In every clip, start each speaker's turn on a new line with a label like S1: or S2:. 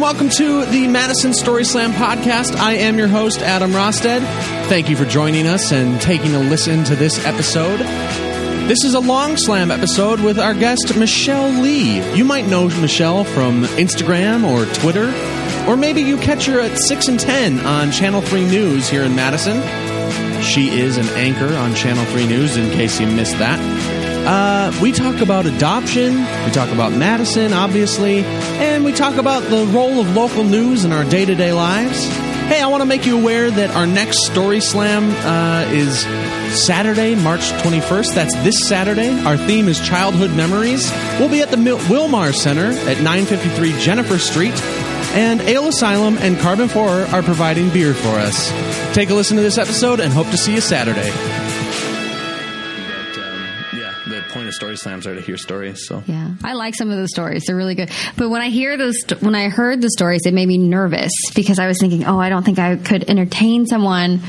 S1: welcome to the Madison Story Slam podcast. I am your host, Adam Rosted. Thank you for joining us and taking a listen to this episode. This is a long slam episode with our guest, Michelle Lee. You might know Michelle from Instagram or Twitter, or maybe you catch her at 6 and 10 on Channel 3 News here in Madison. She is an anchor on Channel 3 News, in case you missed that. Uh, we talk about adoption, we talk about Madison, obviously, and we talk about the role of local news in our day to day lives. Hey, I want to make you aware that our next Story Slam uh, is Saturday, March 21st. That's this Saturday. Our theme is childhood memories. We'll be at the Mil- Wilmar Center at 953 Jennifer Street. And Ale Asylum and Carbon 4 are providing beer for us. Take a listen to this episode and hope to see you Saturday.
S2: But um, yeah, the point of story slams are to hear stories. So
S3: Yeah, I like some of those stories. They're really good. But when I hear those, when I heard the stories, it made me nervous because I was thinking, oh, I don't think I could entertain someone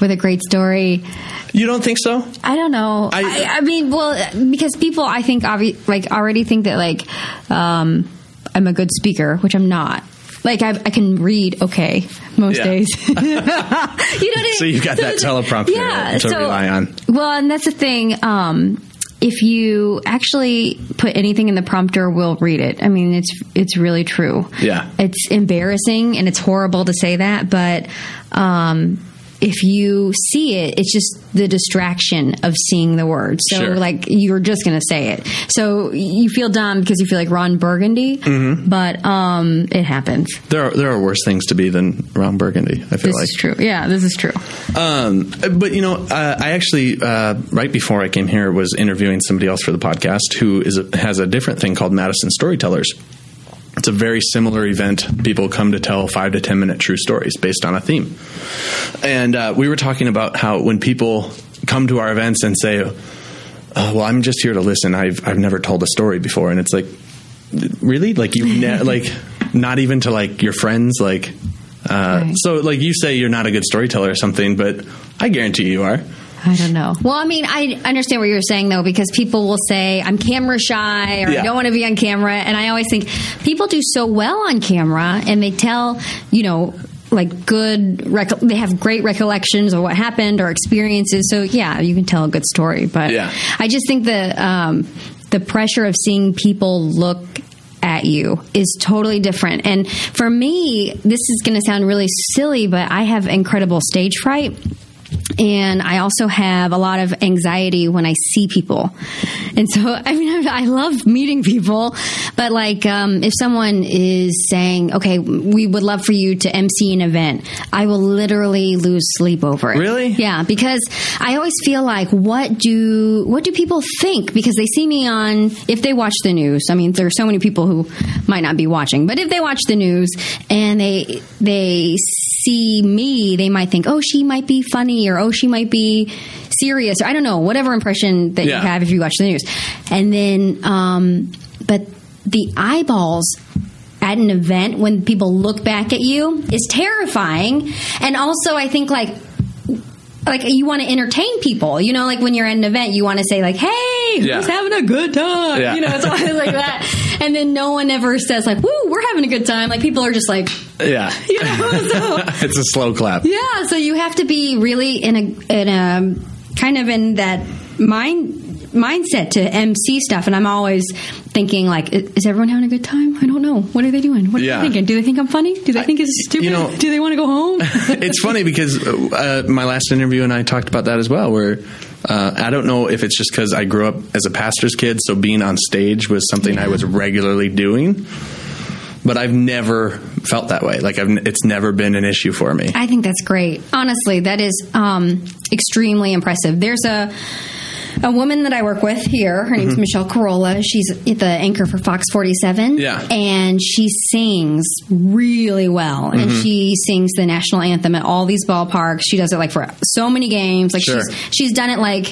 S3: with a great story.
S2: you don't think so?
S3: I don't know.
S2: I-
S3: I, I, mean, well, because people, I think, obvi- like already think that like um, I'm a good speaker, which I'm not. Like I, I can read okay most
S2: Yeah.
S3: days. you know what I-
S2: So you've got that teleprompter to rely on.
S3: Well, and that's the thing. Um, if you actually put anything in the prompter, we'll read it. I mean, it's it's really true.
S2: Yeah.
S3: it's embarrassing and it's horrible to say that, but um, if you see it, it's just the distraction of seeing the word. So,
S2: Sure.
S3: like, you're just going to say it. So you feel dumb because you feel like Ron Burgundy,
S2: Mm-hmm.
S3: but um, it happens.
S2: There are there are worse things to be than Ron Burgundy. I feel
S3: This
S2: like.
S3: is true. Yeah, this is true.
S2: Um, but you know, uh, I actually uh, right before I came here was interviewing somebody else for the podcast who is a, has a different thing called Madison Storytellers. It's a very similar event. People come to tell five to ten minute true stories based on a theme, and uh, we were talking about how when people come to our events and say, uh, "Well, I'm just here to listen. I've I've never told a story before," and it's like, really, like you ne- like not even to like your friends, like. Uh,
S3: Right.
S2: So, like you say, you're not a good storyteller or something, but I guarantee you are.
S3: I don't know. Well, I mean, I understand what you're saying though, because people will say I'm camera shy or
S2: Yeah.
S3: I don't want to be on camera, and I always think people do so well on camera, and they tell you know like good rec- they have great recollections of what happened or experiences. So yeah, you can tell a good story, but
S2: Yeah.
S3: I just think the um, the pressure of seeing people look at you is totally different. And for me, this is going to sound really silly, but I have incredible stage fright. And I also have a lot of anxiety when I see people. And so, I mean, I love meeting people, but like, um, if someone is saying, okay, we would love for you to MC an event, I will literally lose sleep over it.
S2: Really?
S3: Yeah. Yeah, because I always feel like what do what do people think because they see me on if they watch the news. I mean, there are so many people who might not be watching, but if they watch the news and they they see me, they might think, "Oh, she might be funny," or "Oh, she might be serious," or I don't know, whatever impression that
S2: Yeah.
S3: you have if you watch the news. And then um but the eyeballs at an event when people look back at you is terrifying and also i think like like you want to entertain people you know like when you're at an event you want to say like hey
S2: Yeah.
S3: who's having a good time
S2: Yeah.
S3: you know it's always like that and then no one ever says like woo we're having a good time like people are just like
S2: Yeah,
S3: you know so
S2: it's a slow clap.
S3: yeah, so you have to be really in a in a kind of in that mind mindset to MC stuff and I'm always thinking like i- is everyone having a good time? I don't know. What are they doing? What
S2: Yeah.
S3: are they thinking? Do they think I'm funny? Do they think it's stupid?
S2: you know-
S3: Do they want to go home?
S2: it's funny because uh, my last interview and I talked about that as well. Where uh, I don't know if it's just because I grew up as a pastor's kid, so being on stage was something I was regularly doing. But I've never felt that way. Like I've, n- it's never been an issue for me.
S3: I think that's great. Honestly, that is um, extremely impressive. There's a a woman that I work with here. Her
S2: Mm-hmm.
S3: name's Michelle Carolla. She's the anchor for Fox 47.
S2: Yeah.
S3: and she sings really well. And
S2: Mm-hmm.
S3: she sings the national anthem at all these ballparks. She does it like for so many games. Like
S2: Sure.
S3: she's she's done it like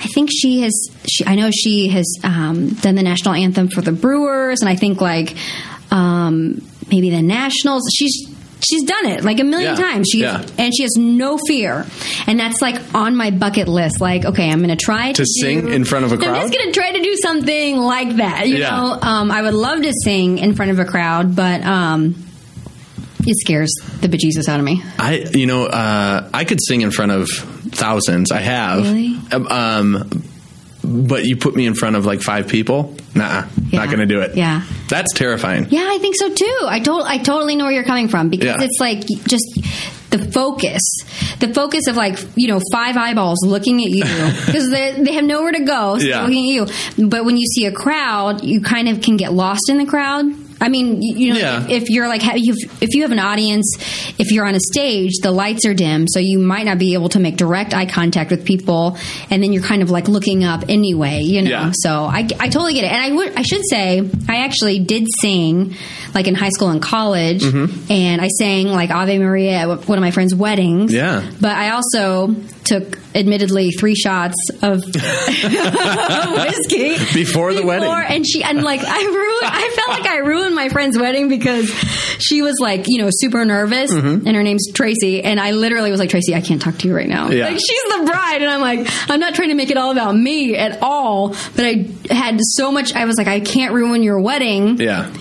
S3: I think she has. She, I know she has um, done the national anthem for the Brewers, and I think like um, maybe the Nationals. She's she's done it like a million
S2: Yeah.
S3: times. She
S2: Yeah.
S3: and she has no fear, and that's like on my bucket list. Like okay, I'm going to try to
S2: To sing
S3: do-
S2: in front of a
S3: I'm
S2: crowd?
S3: just going to try to do something like that. You
S2: Yeah.
S3: know, um, I would love to sing in front of a crowd, but um, It scares the bejesus out of me.
S2: I, you know, uh, I could sing in front of thousands. I have.
S3: Really?
S2: Um, but you put me in front of like five people, nah,
S3: Yeah.
S2: not going to do it.
S3: Yeah.
S2: That's terrifying.
S3: Yeah, I think so too. I to- I totally know where you're coming from because
S2: Yeah.
S3: it's like just the focus, the focus of like you know five eyeballs looking at you because they they have nowhere to go, so
S2: Yeah.
S3: they're looking at you. But when you see a crowd, you kind of can get lost in the crowd. I mean, y- you know,
S2: Yeah.
S3: if, if you're like ha- you've, if you have an audience, if you're on a stage, the lights are dim, so you might not be able to make direct eye contact with people, and then you're kind of like looking up anyway, you know.
S2: Yeah.
S3: So I, I totally get it, and I would I should say I actually did sing like in high school and college,
S2: Mm-hmm.
S3: and I sang like Ave Maria at one of my friends' weddings.
S2: Yeah.
S3: but I also took admittedly three shots of whiskey
S2: Before the wedding.
S3: and she and like I ruined. I felt like I ruined my friend's wedding because she was like you know super nervous, and her name's Tracy, and I literally was like Tracy, I can't talk to you right now.
S2: Yeah.
S3: Like she's the bride, and I'm like I'm not trying to make it all about me at all, but I had so much. I was like I can't ruin your wedding.
S2: Yeah.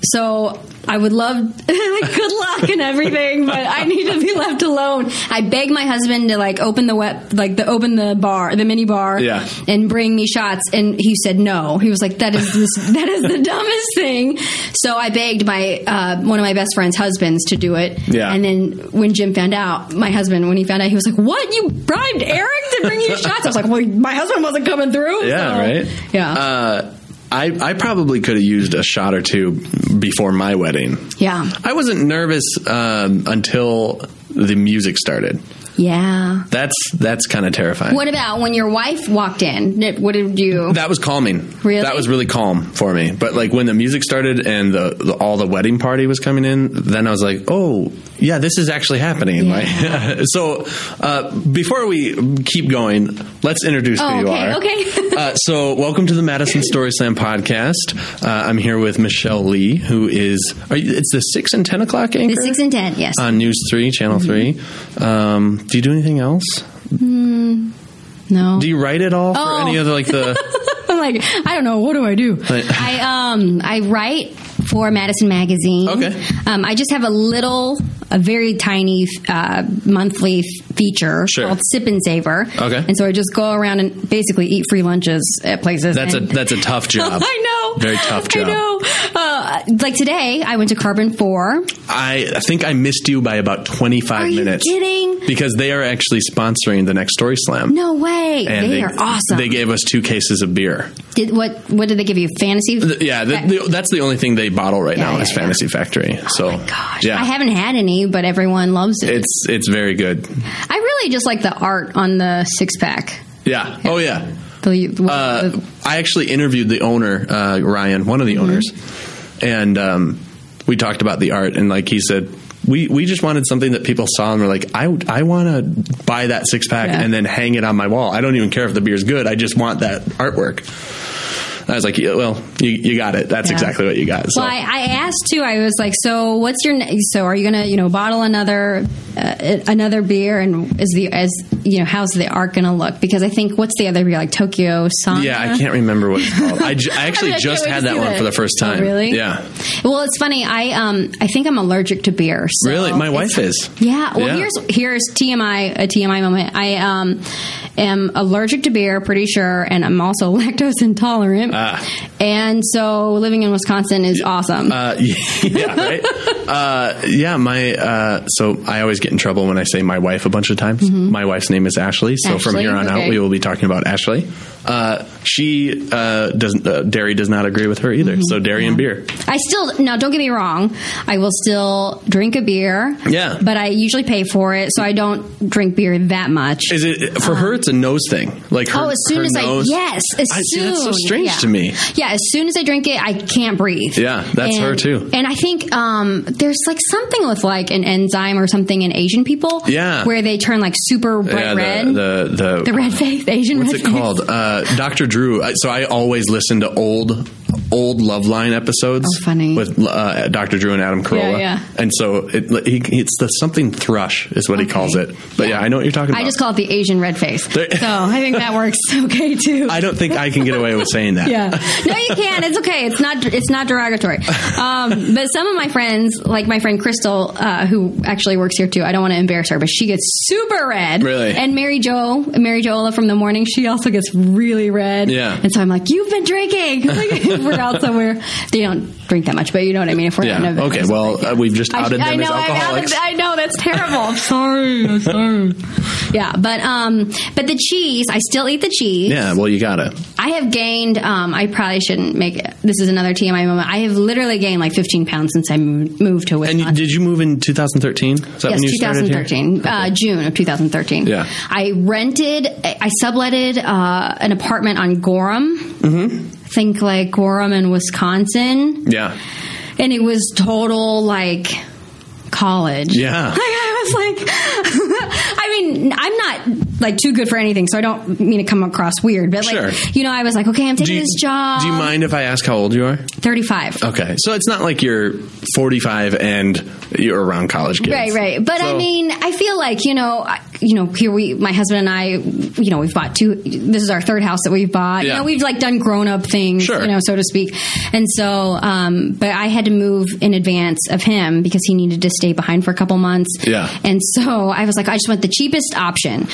S3: So I would love good luck and everything, but I need to be left alone. I begged my husband to like open the web, like the open the bar, the mini bar,
S2: Yeah.
S3: and bring me shots, and he said no. He was like, "That is this, that is the dumbest thing." So I begged my uh, one of my best friend's husbands to do it,
S2: Yeah.
S3: and then when Jim found out, my husband, when he found out, he was like, "What? You bribed Eric to bring you shots?" I was like, "Well, my husband wasn't coming through."
S2: Yeah,
S3: so-
S2: right?
S3: Yeah,
S2: Uh, I, I probably could have used a shot or two before my wedding.
S3: yeah,
S2: I wasn't nervous um, until the music started.
S3: yeah.
S2: That's that's kind of terrifying.
S3: What about when your wife walked in? Did- What did you?
S2: that was calming.
S3: Really?
S2: That was really calm for me. But like when the music started and the, the all the wedding party was coming in, then I was like, "Oh, yeah, this is actually happening."
S3: Yeah.
S2: Like so uh, before we keep going, let's introduce
S3: Oh,
S2: who you
S3: okay,
S2: are.
S3: okay.
S2: uh, so, welcome to the Madison Story Slam podcast. Uh, I'm here with Michelle Lee, who is are you, it's the 6 and 10 o'clock anchor?
S3: the six and Mm-hmm. ten, yes.
S2: on News 3, Channel 3. Um, do you do anything else?
S3: no.
S2: Do you write at all for
S3: Oh.
S2: any other like the
S3: I'm like, I don't know. What do I do?
S2: Right.
S3: I um I write for Madison Magazine.
S2: Okay.
S3: Um, I just have a little, a very tiny uh, monthly f- feature
S2: Sure.
S3: called Sip and Savor.
S2: Okay.
S3: And so I just go around and basically eat free lunches at places.
S2: That's a
S3: and-
S2: that's a tough job.
S3: I know.
S2: Very tough job.
S3: I know. Uh, like today, I went to Carbon Four.
S2: I I think I missed you by about 25
S3: Are you
S2: minutes.
S3: kidding?
S2: Because they are actually sponsoring the next Story Slam.
S3: No way. they, are awesome.
S2: They gave us two cases of beer.
S3: Did what? What did they give you? Fantasy?
S2: Th- Yeah, th
S3: Fa-
S2: th- that's the only thing they bottle right
S3: Yeah,
S2: now
S3: yeah,
S2: is
S3: yeah.
S2: Fantasy Factory. so,
S3: Oh Gosh,
S2: yeah,
S3: I haven't had any, but everyone loves it.
S2: it's it's very good.
S3: I really just like the art on the six pack.
S2: Yeah. Oh yeah.
S3: The, the-
S2: Uh, I actually interviewed the owner, uh, Ryan, one of
S3: Mm-hmm.
S2: the owners, and um, we talked about the art. And like he said, we, we just wanted something that people saw and were like, I, I want to buy that six pack
S3: Yeah.
S2: and then hang it on my wall. I don't even care if the beer's good. I just want that artwork. I was like, yeah, well, you, you got it. That's
S3: Yeah.
S2: exactly what you got. So.
S3: well, I, I asked too. I was like, "So, what's your? ne- So, are you gonna, you know, bottle another, uh, another beer? And is the as you know, how's the art gonna look? Because I think what's the other beer like Tokyo Sauna?
S2: yeah, I can't remember what it's called. I, ju- I actually
S3: uh-huh? I can't
S2: just
S3: wait
S2: had
S3: to
S2: that
S3: see
S2: one
S3: that.
S2: for the first
S3: Oh,
S2: time.
S3: really?
S2: Yeah.
S3: Well, it's funny. I um, I think I'm allergic to beer. so
S2: Really? My
S3: it's-
S2: wife is.
S3: Yeah. Well,
S2: Yeah.
S3: here's here's TMI a TMI moment. I um am allergic to beer, pretty sure, and I'm also lactose intolerant.
S2: Ah.
S3: And so living in Wisconsin is awesome.
S2: Uh, yeah, right. uh, yeah, my uh, so I always get in trouble when I say my wife a bunch of times. My wife's name is Ashley, so from
S3: Mm-hmm. Ashley,
S2: here on out
S3: okay.
S2: we will be talking about Ashley. Uh, she uh, doesn't. Uh, dairy does not agree with her either.
S3: Mm-hmm.
S2: So dairy and beer.
S3: I still now don't get me wrong. I will still drink a beer.
S2: Yeah.
S3: But I usually pay for it, so I don't drink beer that much.
S2: Is it for her? It's a nose thing. Like her,
S3: Oh, as soon
S2: her
S3: as
S2: nose,
S3: I yes, as
S2: I- see,
S3: soon
S2: that's so strange
S3: yeah.
S2: to me.
S3: Yeah, as soon as I drink it, I can't breathe.
S2: Yeah, that's
S3: And-
S2: her too.
S3: And I think um, there's like something with like an enzyme or something in Asian people.
S2: Yeah.
S3: where they turn like super bright
S2: Yeah,
S3: red.
S2: the, the the
S3: The red face, the Asian
S2: What's
S3: red
S2: it
S3: face.
S2: called? Uh, Dr. Drew. I- So I always listen to old old Love Line episodes
S3: Oh, funny.
S2: with uh, Dr. Drew and Adam Carolla.
S3: yeah.
S2: And so it, he, it's the something thrush is what he
S3: Okay.
S2: calls it. But yeah. I know what you're talking about.
S3: I just call it the Asian red face. So
S2: There-
S3: I think that works okay too.
S2: I don't think I can get away with saying that.
S3: yeah. No, you can. It's okay. It's not. It's not derogatory. Um, but some of my friends, like my friend Crystal, uh, who actually works here too. I don't want to embarrass her, but she gets super red.
S2: Really?
S3: And Mary Jo, Mary Joella from the morning, she also gets really red.
S2: Yeah.
S3: And so I'm like, you've been drinking. Like, we're out somewhere. They don't drink that much, but you know what I mean. If we're
S2: Yeah.
S3: out in a-
S2: Okay. Well, uh, we've just outed them
S3: I, I know,
S2: as
S3: I-
S2: alcoholics.
S3: I, know that's terrible. I'm sorry. I'm sorry. Yeah, but um, but the cheese, I still eat the cheese.
S2: yeah. Well, you gotta.
S3: I have gained. Um, I probably shouldn't make it. This is another TMI moment. I have literally gained like 15 pounds since I moved moved to
S2: And
S3: Wisconsin.
S2: you, did you move in 2013? Is that
S3: Yes,
S2: when you started here?
S3: 2013, uh, June of 2013.
S2: Yeah.
S3: I rented, I subletted uh, an apartment on Gorham. Mm-hmm. Think like Gorham in Wisconsin.
S2: Yeah.
S3: And it was total like college.
S2: Yeah.
S3: Like I was like, I mean, I'm not like too good for anything, so I don't mean to come across weird, but like,
S2: Sure.
S3: you know, I was like, okay, I'm taking
S2: Do you,
S3: this job.
S2: do you mind if I ask how old you are?
S3: 35.
S2: Okay, so it's not like you're 45 and you're around college kids,
S3: Right, right. But I
S2: So-
S3: mean, I feel like you know, I- you know, here we, my husband and I, you know, we've bought two. This is our third house that we've bought. You
S2: Yeah.
S3: know, we've like done grown up things,
S2: Sure.
S3: you know, so to speak. And so, um, but I had to move in advance of him because he needed to stay behind for a couple months.
S2: Yeah.
S3: And so I was like, I just want the cheapest option.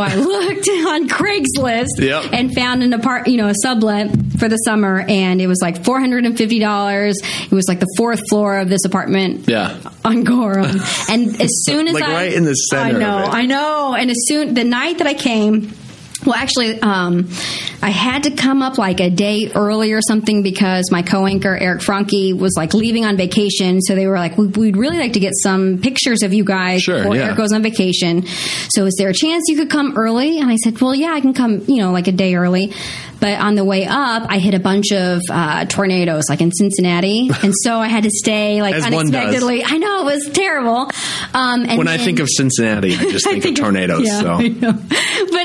S3: I looked on Craigslist
S2: Yep.
S3: and found an apart, you know, a sublet for the summer, and it was like four hundred and fifty dollars. It was like the fourth floor of this apartment
S2: Yeah.
S3: on Gorham. And as soon as
S2: Like,
S3: I,
S2: right in the center
S3: I
S2: of
S3: know,
S2: it.
S3: I know. And as soon the night that I came. Well, actually, um, I had to come up like a day early or something because my co-anchor Eric Franke was like leaving on vacation. So they were like, "We- "We'd really like to get some pictures of you guys
S2: Sure,
S3: before
S2: yeah.
S3: Eric goes on vacation." So, is there a chance you could come early? And I said, "Well, yeah, I can come, you know, like a day early." But on the way up, I hit a bunch of uh, tornadoes, like in Cincinnati, and so I had to stay like
S2: As one does.
S3: unexpectedly. I know it was terrible. Um, and
S2: When I
S3: then-
S2: think of Cincinnati, I just
S3: I
S2: think, of tornadoes.
S3: yeah,
S2: so
S3: I know. but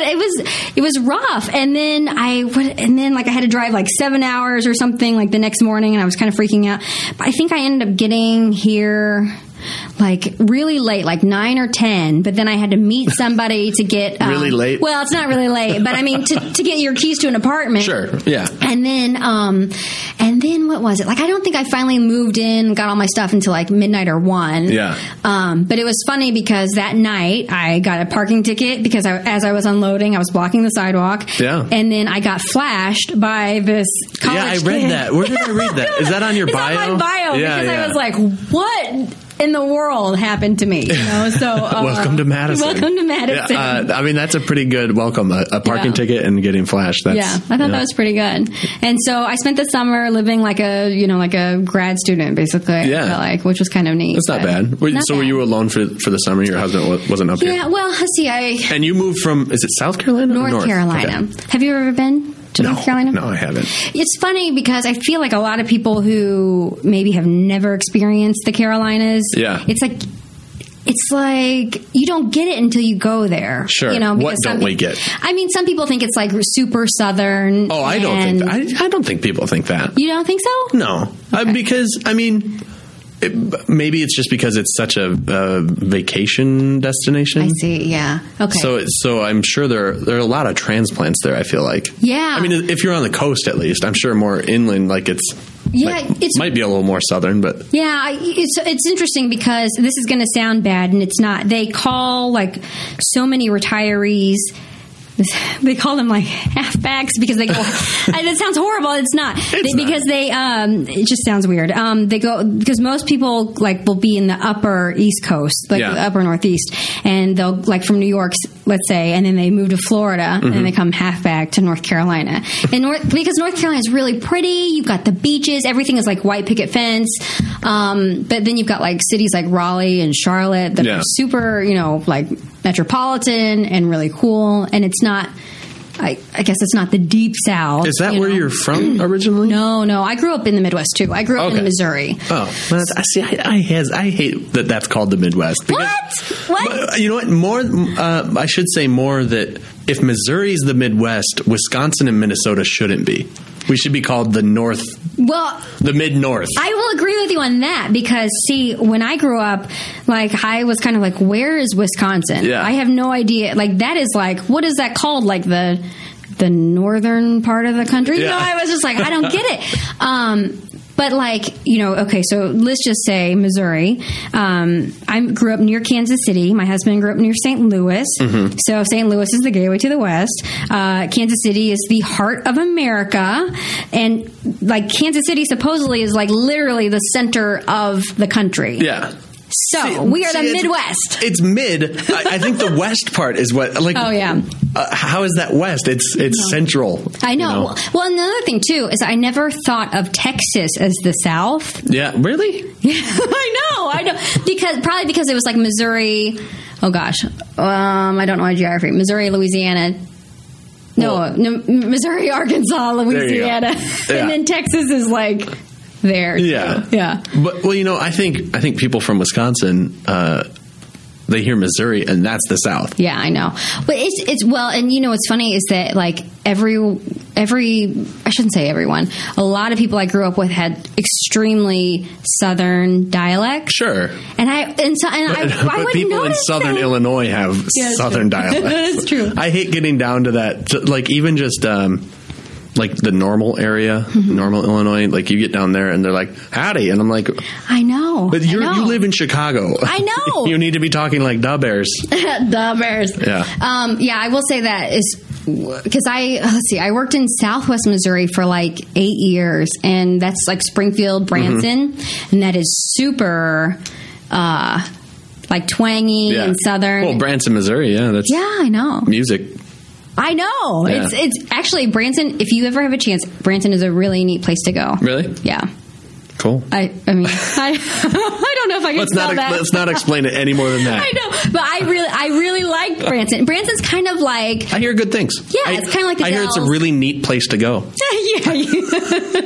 S3: it was it was rough. And then I would, and then like I had to drive like seven hours or something like the next morning, and I was kind of freaking out. But I think I ended up getting here. Like really late, like nine or ten, but then I had to meet somebody to get um,
S2: Really late?
S3: Well, it's not really late, but I mean to, to get your keys to an apartment.
S2: sure, yeah.
S3: And then, um, and then what was it? Like, I don't think I finally moved in, got all my stuff until like midnight or one.
S2: Yeah.
S3: Um, but it was funny because that night I got a parking ticket because I, as I was unloading, I was blocking the sidewalk.
S2: Yeah.
S3: And then I got flashed by this college
S2: Yeah, I read
S3: kid.
S2: that. Where did I read that? Is that on your
S3: it's
S2: bio?
S3: on my bio
S2: Yeah,
S3: because
S2: yeah.
S3: I was like, what in the world happened to me? You know, so uh,
S2: welcome to Madison.
S3: Welcome to Madison.
S2: Yeah, uh, I mean, that's a pretty good welcome. A, a parking
S3: Yeah.
S2: ticket and getting flashed. That's,
S3: yeah, I thought that was pretty good. And so I spent the summer living like a you know like a grad student basically. I
S2: Yeah.
S3: felt like which was kind of neat.
S2: That's not
S3: but-
S2: bad. Were-
S3: Not
S2: so were
S3: bad.
S2: you alone for for the summer? Your husband wa- wasn't up here.
S3: Yeah. Well, let's see, I
S2: And you moved from is it South Carolina? or
S3: North, Carolina.
S2: Okay.
S3: Have you ever been to
S2: No,
S3: North Carolina?
S2: No, I haven't.
S3: It's funny because I feel like a lot of people who maybe have never experienced the Carolinas.
S2: Yeah.
S3: It's like. It's like you don't get it until you go there.
S2: Sure.
S3: You know,
S2: What
S3: because some
S2: don't we
S3: peop-
S2: get?
S3: I mean, some people think it's like super southern.
S2: Oh, I don't
S3: and-
S2: think I, I don't think people think that.
S3: you don't think so?
S2: No, uh, because I mean, it, maybe it's just because it's such a, uh vacation destination.
S3: I see. Yeah. Okay.
S2: So, it's- so I'm sure there there are a lot of transplants there. I feel like.
S3: Yeah.
S2: I mean, if you're on the coast, at least, I'm sure more inland, like it's.
S3: Yeah,
S2: like,
S3: it's-
S2: might be a little more southern, but
S3: yeah, I- it's it's interesting because this is going to sound bad, and it's not. They call like so many retirees. They call them like halfbacks because they go. I- that sounds horrible. It's not They-
S2: not.
S3: because they. Um, it just sounds weird. Um, they go because most people like will be in the upper East Coast, like
S2: Yeah.
S3: the upper Northeast, and they'll like from New York, let's say, and then they move to Florida, and then they
S2: Mm-hmm.
S3: come halfback to North Carolina, and North, because North Carolina is really pretty. You've got the beaches, everything is like white picket fence, um, but then you've got like cities like Raleigh and Charlotte that
S2: Yeah.
S3: are super, you know, like metropolitan and really cool, and it's not. I, I guess it's not the deep south.
S2: is that
S3: you
S2: where
S3: know? Mm.
S2: you're from originally?
S3: No, no. I grew up in the Midwest too. I grew up
S2: Okay.
S3: in Missouri.
S2: Oh, well, that's- I see. I, I has I hate that that's called the Midwest. because-
S3: What? What?
S2: But, uh, You know what? More, uh, I should say more that if Missouri's the Midwest, Wisconsin and Minnesota shouldn't be. We should be called the North,
S3: Well,
S2: the Mid North.
S3: I will agree with you on that because see, when I grew up, like I was kind of like, where is Wisconsin?
S2: Yeah.
S3: I have no idea. Like that is like, what is that called? Like the the northern part of the country? You
S2: Yeah.
S3: know, I was just like, I don't get it. Um, but like you know, okay, so let's just say Missouri. Um, I grew up near Kansas City. My husband grew up near St. Louis.
S2: Mm-hmm.
S3: So St. Louis is the gateway to the West. Uh, Kansas City is the heart of America, and like Kansas City supposedly is like literally the center of the country.
S2: yeah.
S3: So
S2: See-
S3: Oh, we are
S2: see,
S3: the
S2: it's-
S3: Midwest.
S2: It's mid. I, I think the west part is what like.
S3: Oh, yeah.
S2: Uh, how is that west? It's it's central.
S3: I
S2: you
S3: know. Well, and another thing too is I never thought of Texas as the South.
S2: Yeah. Really?
S3: I know, I know, because probably because it was like Missouri. Oh gosh, um, I don't know my geography. Missouri, Louisiana. No,
S2: Well-
S3: no Missouri, Arkansas,
S2: go.
S3: Louisiana,
S2: Yeah.
S3: and then Texas is like there.
S2: Yeah.
S3: yeah.
S2: But well, you know, I think I think people from Wisconsin. Uh, they hear Missouri, and that's the South.
S3: Yeah, I know. But it's it's well, and you know what's funny is that like every every I shouldn't say everyone. A lot of people I grew up with had extremely southern dialect.
S2: Sure,
S3: And I and so and I, I
S2: but
S3: wouldn't
S2: people in
S3: notice
S2: Southern
S3: that.
S2: Illinois have
S3: Yeah, it's
S2: Southern
S3: true.
S2: dialects.
S3: That's true.
S2: I hate getting down to that. So, Like even just um, like the normal area,
S3: Mm-hmm.
S2: normal Illinois. Like you get down there, and they're like, "Howdy," and I'm like,
S3: I know.
S2: "But
S3: I
S2: you you
S3: know.
S2: live in Chicago.
S3: I know.
S2: you need to be talking like Da Bears."
S3: the Bears.
S2: Yeah.
S3: Um, yeah, I will say that is because I let's see, I worked in Southwest Missouri for like eight years, and that's like Springfield, Branson,
S2: Mm-hmm.
S3: and that is super, uh, like twangy and southern.
S2: Well, Branson, Missouri. Yeah, that's
S3: yeah, I know.
S2: music.
S3: I know.
S2: Yeah.
S3: It's it's actually Branson. If you ever have a chance, Branson is a really neat place to go.
S2: Really?
S3: Yeah.
S2: Cool.
S3: I I mean I I don't know if I can
S2: let's
S3: spell
S2: not
S3: that.
S2: let's not explain it any more than that.
S3: I know, but I really I really like Branson. Branson's kind of like
S2: I hear good things.
S3: Yeah,
S2: I,
S3: it's kinda like the
S2: I hear it's a
S3: Dells.
S2: really neat place to go.
S3: yeah. you-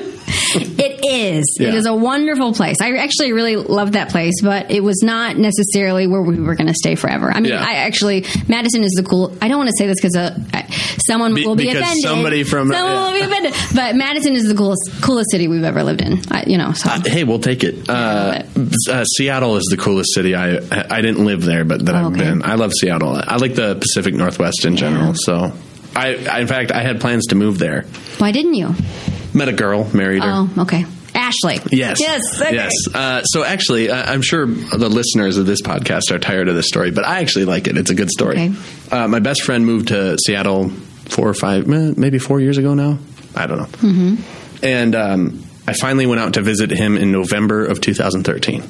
S3: it is.
S2: Yeah.
S3: It is a wonderful place. I actually really loved that place, but it was not necessarily where we were going to stay forever. I mean,
S2: Yeah.
S3: I actually Madison is the cool. I don't want to say this because uh, I- someone
S2: Be-
S3: will be
S2: because
S3: offended.
S2: somebody from-
S3: someone
S2: yeah.
S3: will be offended. But Madison is the coolest coolest city we've ever lived in. I, you know, so
S2: Hey, we'll take it. Uh, uh, Seattle is the coolest city. I I didn't live there, but that I've
S3: Oh, Okay.
S2: been. I love Seattle. I like the Pacific Northwest in general. So, I, I in fact I had plans to move there.
S3: why didn't you?
S2: Met a girl, married her.
S3: Oh, okay. Ashley.
S2: Yes.
S3: Yes. okay.
S2: Yes. Uh, so actually, uh, I'm sure the listeners of this podcast are tired of this story, but I actually like it. It's a good story.
S3: Okay.
S2: Uh, my best friend moved to Seattle four or five, eh, maybe four years ago now. I don't know.
S3: Mm-hmm.
S2: And um, I finally went out to visit him in November of 2013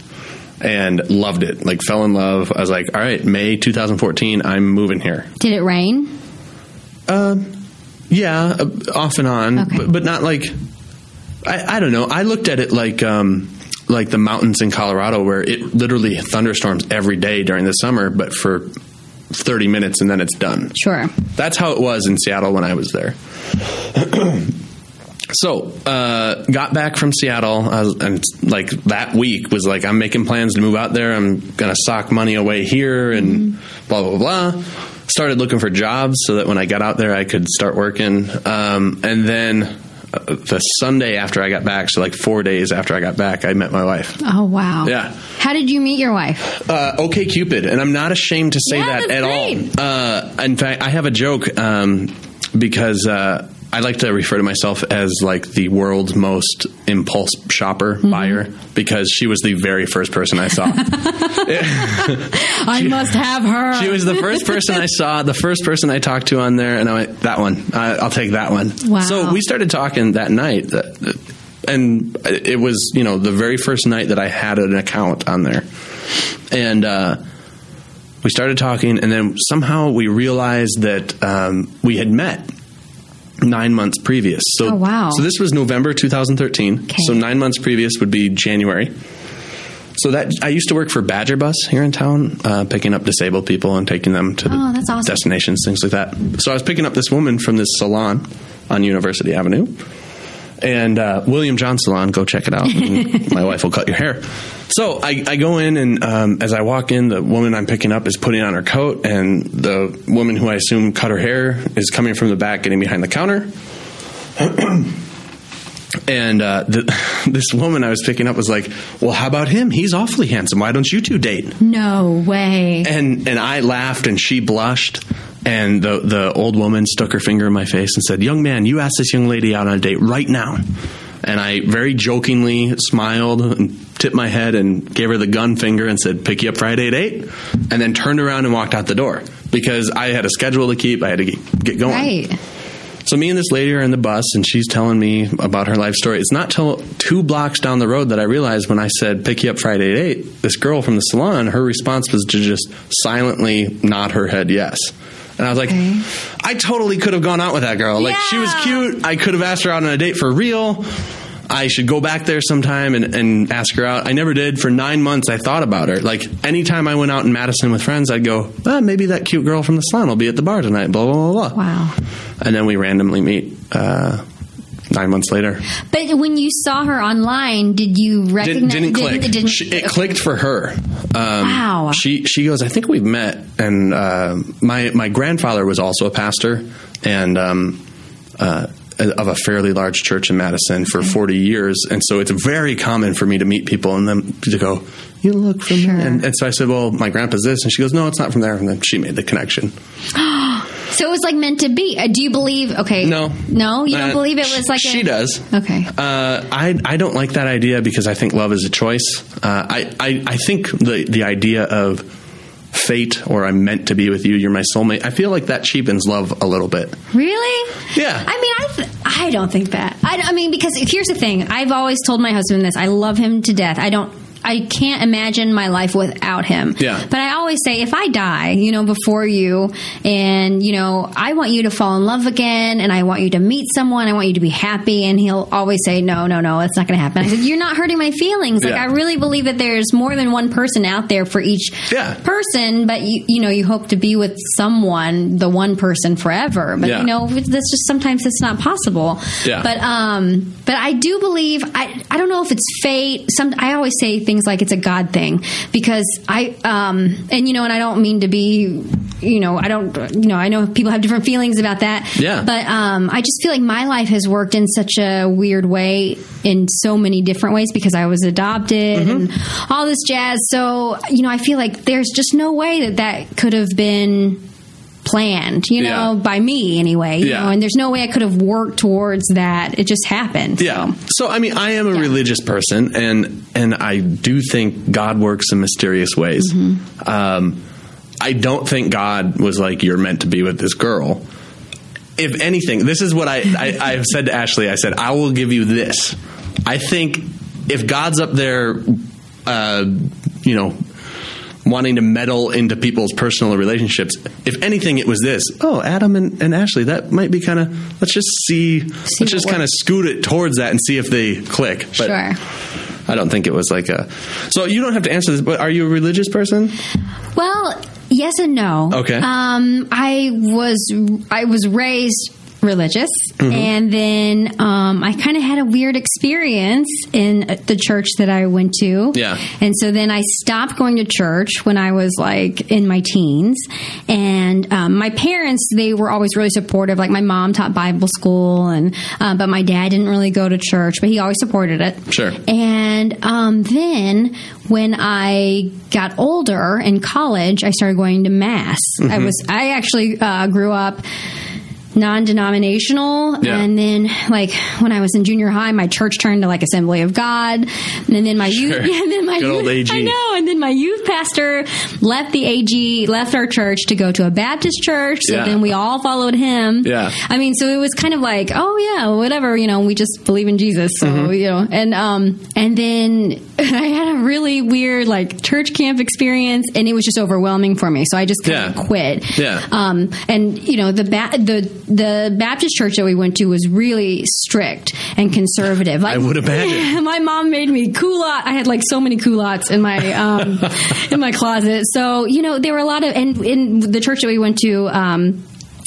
S2: and loved it. Like, fell in love. I was like, all right, May 2014, I'm moving here.
S3: Did it rain?
S2: Um, Yeah, uh, off and on,
S3: Okay.
S2: but, but not like I, I don't know. I looked at it like um, like the mountains in Colorado, where it literally thunderstorms every day during the summer, but for thirty minutes and then it's done.
S3: Sure.
S2: That's how it was in Seattle when I was there. so, uh, got back from Seattle, I was, and like that week was like, I'm making plans to move out there. I'm gonna sock money away here, and blah blah blah. Started looking for jobs so that when I got out there, I could start working. Um, and then uh, the Sunday after I got back, so like four days after I got back, I met my wife.
S3: Oh wow.
S2: Yeah.
S3: How did you meet your wife?
S2: Uh, okay, Cupid, and I'm not ashamed to say
S3: Yeah,
S2: that at
S3: that's great.
S2: all. Uh, in fact, I have a joke um, because uh, I like to refer to myself as like the world's most impulse shopper
S3: Mm-hmm.
S2: buyer because she was the very first person I saw.
S3: I must have her.
S2: she was the first person I saw, the first person I talked to on there, and I went that one. I, I'll take that one.
S3: Wow.
S2: So we started talking that night, that- that- and it was you know the very first night that I had an account on there, and. uh we started talking, and then somehow we realized that um, we had met nine months previous. So,
S3: Oh, wow.
S2: So this was November 2013.
S3: Okay.
S2: So nine months previous would be January. So that I used to work for Badger Bus here in town, uh, picking up disabled people and taking them to
S3: Oh, that's awesome.
S2: destinations, things like that. So I was picking up this woman from this salon on University Avenue, and uh, William John Salon. Go check it out. And my wife will cut your hair. So I, I go in, and um, as I walk in, the woman I'm picking up is putting on her coat, and the woman who I assume cut her hair is coming from the back, getting behind the counter. And uh, the, this woman I was picking up was like, "Well, how about him? He's awfully handsome. Why don't you two date?"
S3: No way.
S2: And and I laughed, and she blushed. And the the old woman stuck her finger in my face and said, "Young man, you ask this young lady out on a date right now." And I very jokingly smiled and tipped my head and gave her the gun finger and said, "Pick you up Friday at 8? and then turned around and walked out the door because I had a schedule to keep. I had to get, get going.
S3: Right.
S2: So me and this lady are in the bus, and she's telling me about her life story. It's not till two blocks down the road that I realized when I said "pick you up Friday at 8, this girl from the salon, her response was to just silently nod her head yes. And I was like,
S3: Okay.
S2: I totally could have gone out with that girl. Like she was
S3: Yeah.
S2: cute. I could have asked her out on a date for real. I should go back there sometime and, and ask her out. I never did. For nine months, I thought about her. Like anytime I went out in Madison with friends, I'd go, ah, maybe that cute girl from the salon will be at the bar tonight. Blah blah blah blah.
S3: Wow.
S2: And then we randomly meet uh, nine months later.
S3: But when you saw her online, did you
S2: Didn't,
S3: recognize?
S2: didn't click.
S3: Didn't,
S2: She- it clicked for her. Um,
S3: Wow.
S2: She she goes. I think we've met. And uh, my my grandfather was also a pastor, and. Um, uh, of a fairly large church in Madison for 40 years, and so it's very common for me to meet people and them to go, "You look from
S3: Sure.
S2: there," and, and so I said, "Well, my grandpa's this," and she goes, "No, it's not from there." And then she made the connection.
S3: So it was like meant to be. Uh, do you believe? Okay.
S2: No,
S3: No, you don't
S2: Uh,
S3: believe it
S2: sh-
S3: was like.
S2: she
S3: a,
S2: does.
S3: Okay.
S2: Uh, I I don't like that idea because I think love is a choice. Uh, I, I I think the the idea of fate or I'm meant to be with you, you're my soulmate. I feel like that cheapens love a little bit.
S3: Really?
S2: Yeah.
S3: I mean, I th- I don't think that. I, I mean, because here's the thing. I've always told my husband this. I love him to death. I don't. I can't imagine my life without him.
S2: Yeah.
S3: But I always say, if I die, you know, before you, and you know, I want you to fall in love again, and I want you to meet someone. I want you to be happy. And he'll always say, No, no, no, it's not going to happen. I said, You're not hurting my feelings. Like
S2: Yeah.
S3: I really believe that there's more than one person out there for each
S2: Yeah.
S3: person. But you, you know, you hope to be with someone, the one person forever. But
S2: Yeah.
S3: you know, that's just sometimes it's not possible.
S2: Yeah.
S3: But um, but I do believe I I don't know if it's fate. Some I always say things like it's a God thing because I um and you know and I don't mean to be you know I don't you know I know people have different feelings about that.
S2: Yeah.
S3: But um, I just feel like my life has worked in such a weird way in so many different ways because I was adopted
S2: Mm-hmm.
S3: and all this jazz. So you know I feel like there's just no way that that could have been planned you know
S2: Yeah.
S3: by me anyway you
S2: Yeah.
S3: know and there's no way i could have worked towards that it just happened
S2: Yeah.
S3: so.
S2: So I mean, I am a religious person, and and I do think God works in mysterious ways.
S3: Mm-hmm.
S2: Um, I don't think God was like you're meant to be with this girl. If anything, this is what I, I I've said to Ashley. I said I will give you this. I think if God's up there, uh, you know. Wanting to meddle into people's personal relationships. If anything, it was this. Oh, Adam and, and Ashley, that might be kind of. Let's just see.
S3: See
S2: let's just
S3: what
S2: kind of scoot it towards that and see if they click. But
S3: Sure.
S2: I don't think it was like a. So you don't have to answer this, but are you a religious person?
S3: well yes and no
S2: Okay.
S3: um i was i was raised religious
S2: Mm-hmm.
S3: and then um, i kind of had a weird experience in uh, the church that i went to
S2: Yeah.
S3: and so then i stopped going to church when i was like in my teens and um, my parents they were always really supportive like my mom taught bible school and uh, but my dad didn't really go to church but he always supported it
S2: Sure.
S3: and um, then when I got older in college, I started going to mass. I
S2: Mm-hmm.
S3: was I actually uh, grew up non-denominational
S2: Yeah.
S3: and then like when I was in junior high my church turned to like Assembly of God and then my youth
S2: Sure.
S3: and then my
S2: Good old AG.
S3: youth- I know and then my youth pastor left the AG left our church to go to a Baptist church so
S2: Yeah.
S3: then we all followed him
S2: Yeah.
S3: Mm-hmm. I mean, so it was kind of like, oh yeah, whatever, you know, we just believe in Jesus, so
S2: Mm-hmm.
S3: you know, and um, and then I had a really weird like church camp experience, and it was just overwhelming for me, so I just kind
S2: Yeah.
S3: of quit.
S2: Yeah.
S3: Um, and you know, the ba- the the Baptist church that we went to was really strict and conservative. Like,
S2: I would imagine.
S3: my mom made me culottes. I had like so many culottes in my um, in my closet. So you know, there were a lot of and in the church that we went to. Um,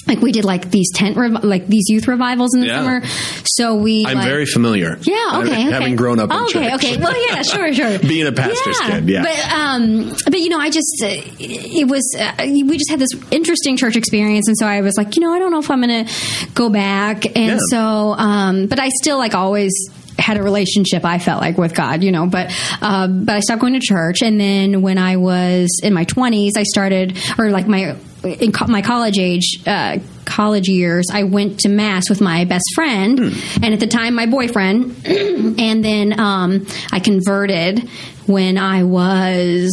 S3: like we did like these tent rev- like these youth revivals in the
S2: Yeah.
S3: summer. So we
S2: I'm
S3: like-
S2: very familiar.
S3: yeah,
S2: Having,
S3: okay. okay. Oh,
S2: having grown up in
S3: okay,
S2: church.
S3: Okay, Well, yeah, sure, sure.
S2: Being a pastor's kid, yeah.
S3: But, um, but you know, I just, uh, it was, uh, we just had this interesting church experience. And so I was like, you know, I don't know if I'm going to go back. And
S2: Yeah.
S3: so, um, but I still like always had a relationship I felt like with God, you know, but, um, but I stopped going to church. And then when I was in my twenties, I started, or like my, in co- my college age, uh, college years, I went to mass with my best friend, and at the time, my boyfriend. and then um, I converted when I was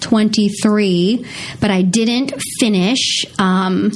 S3: 23, but I didn't finish. Um,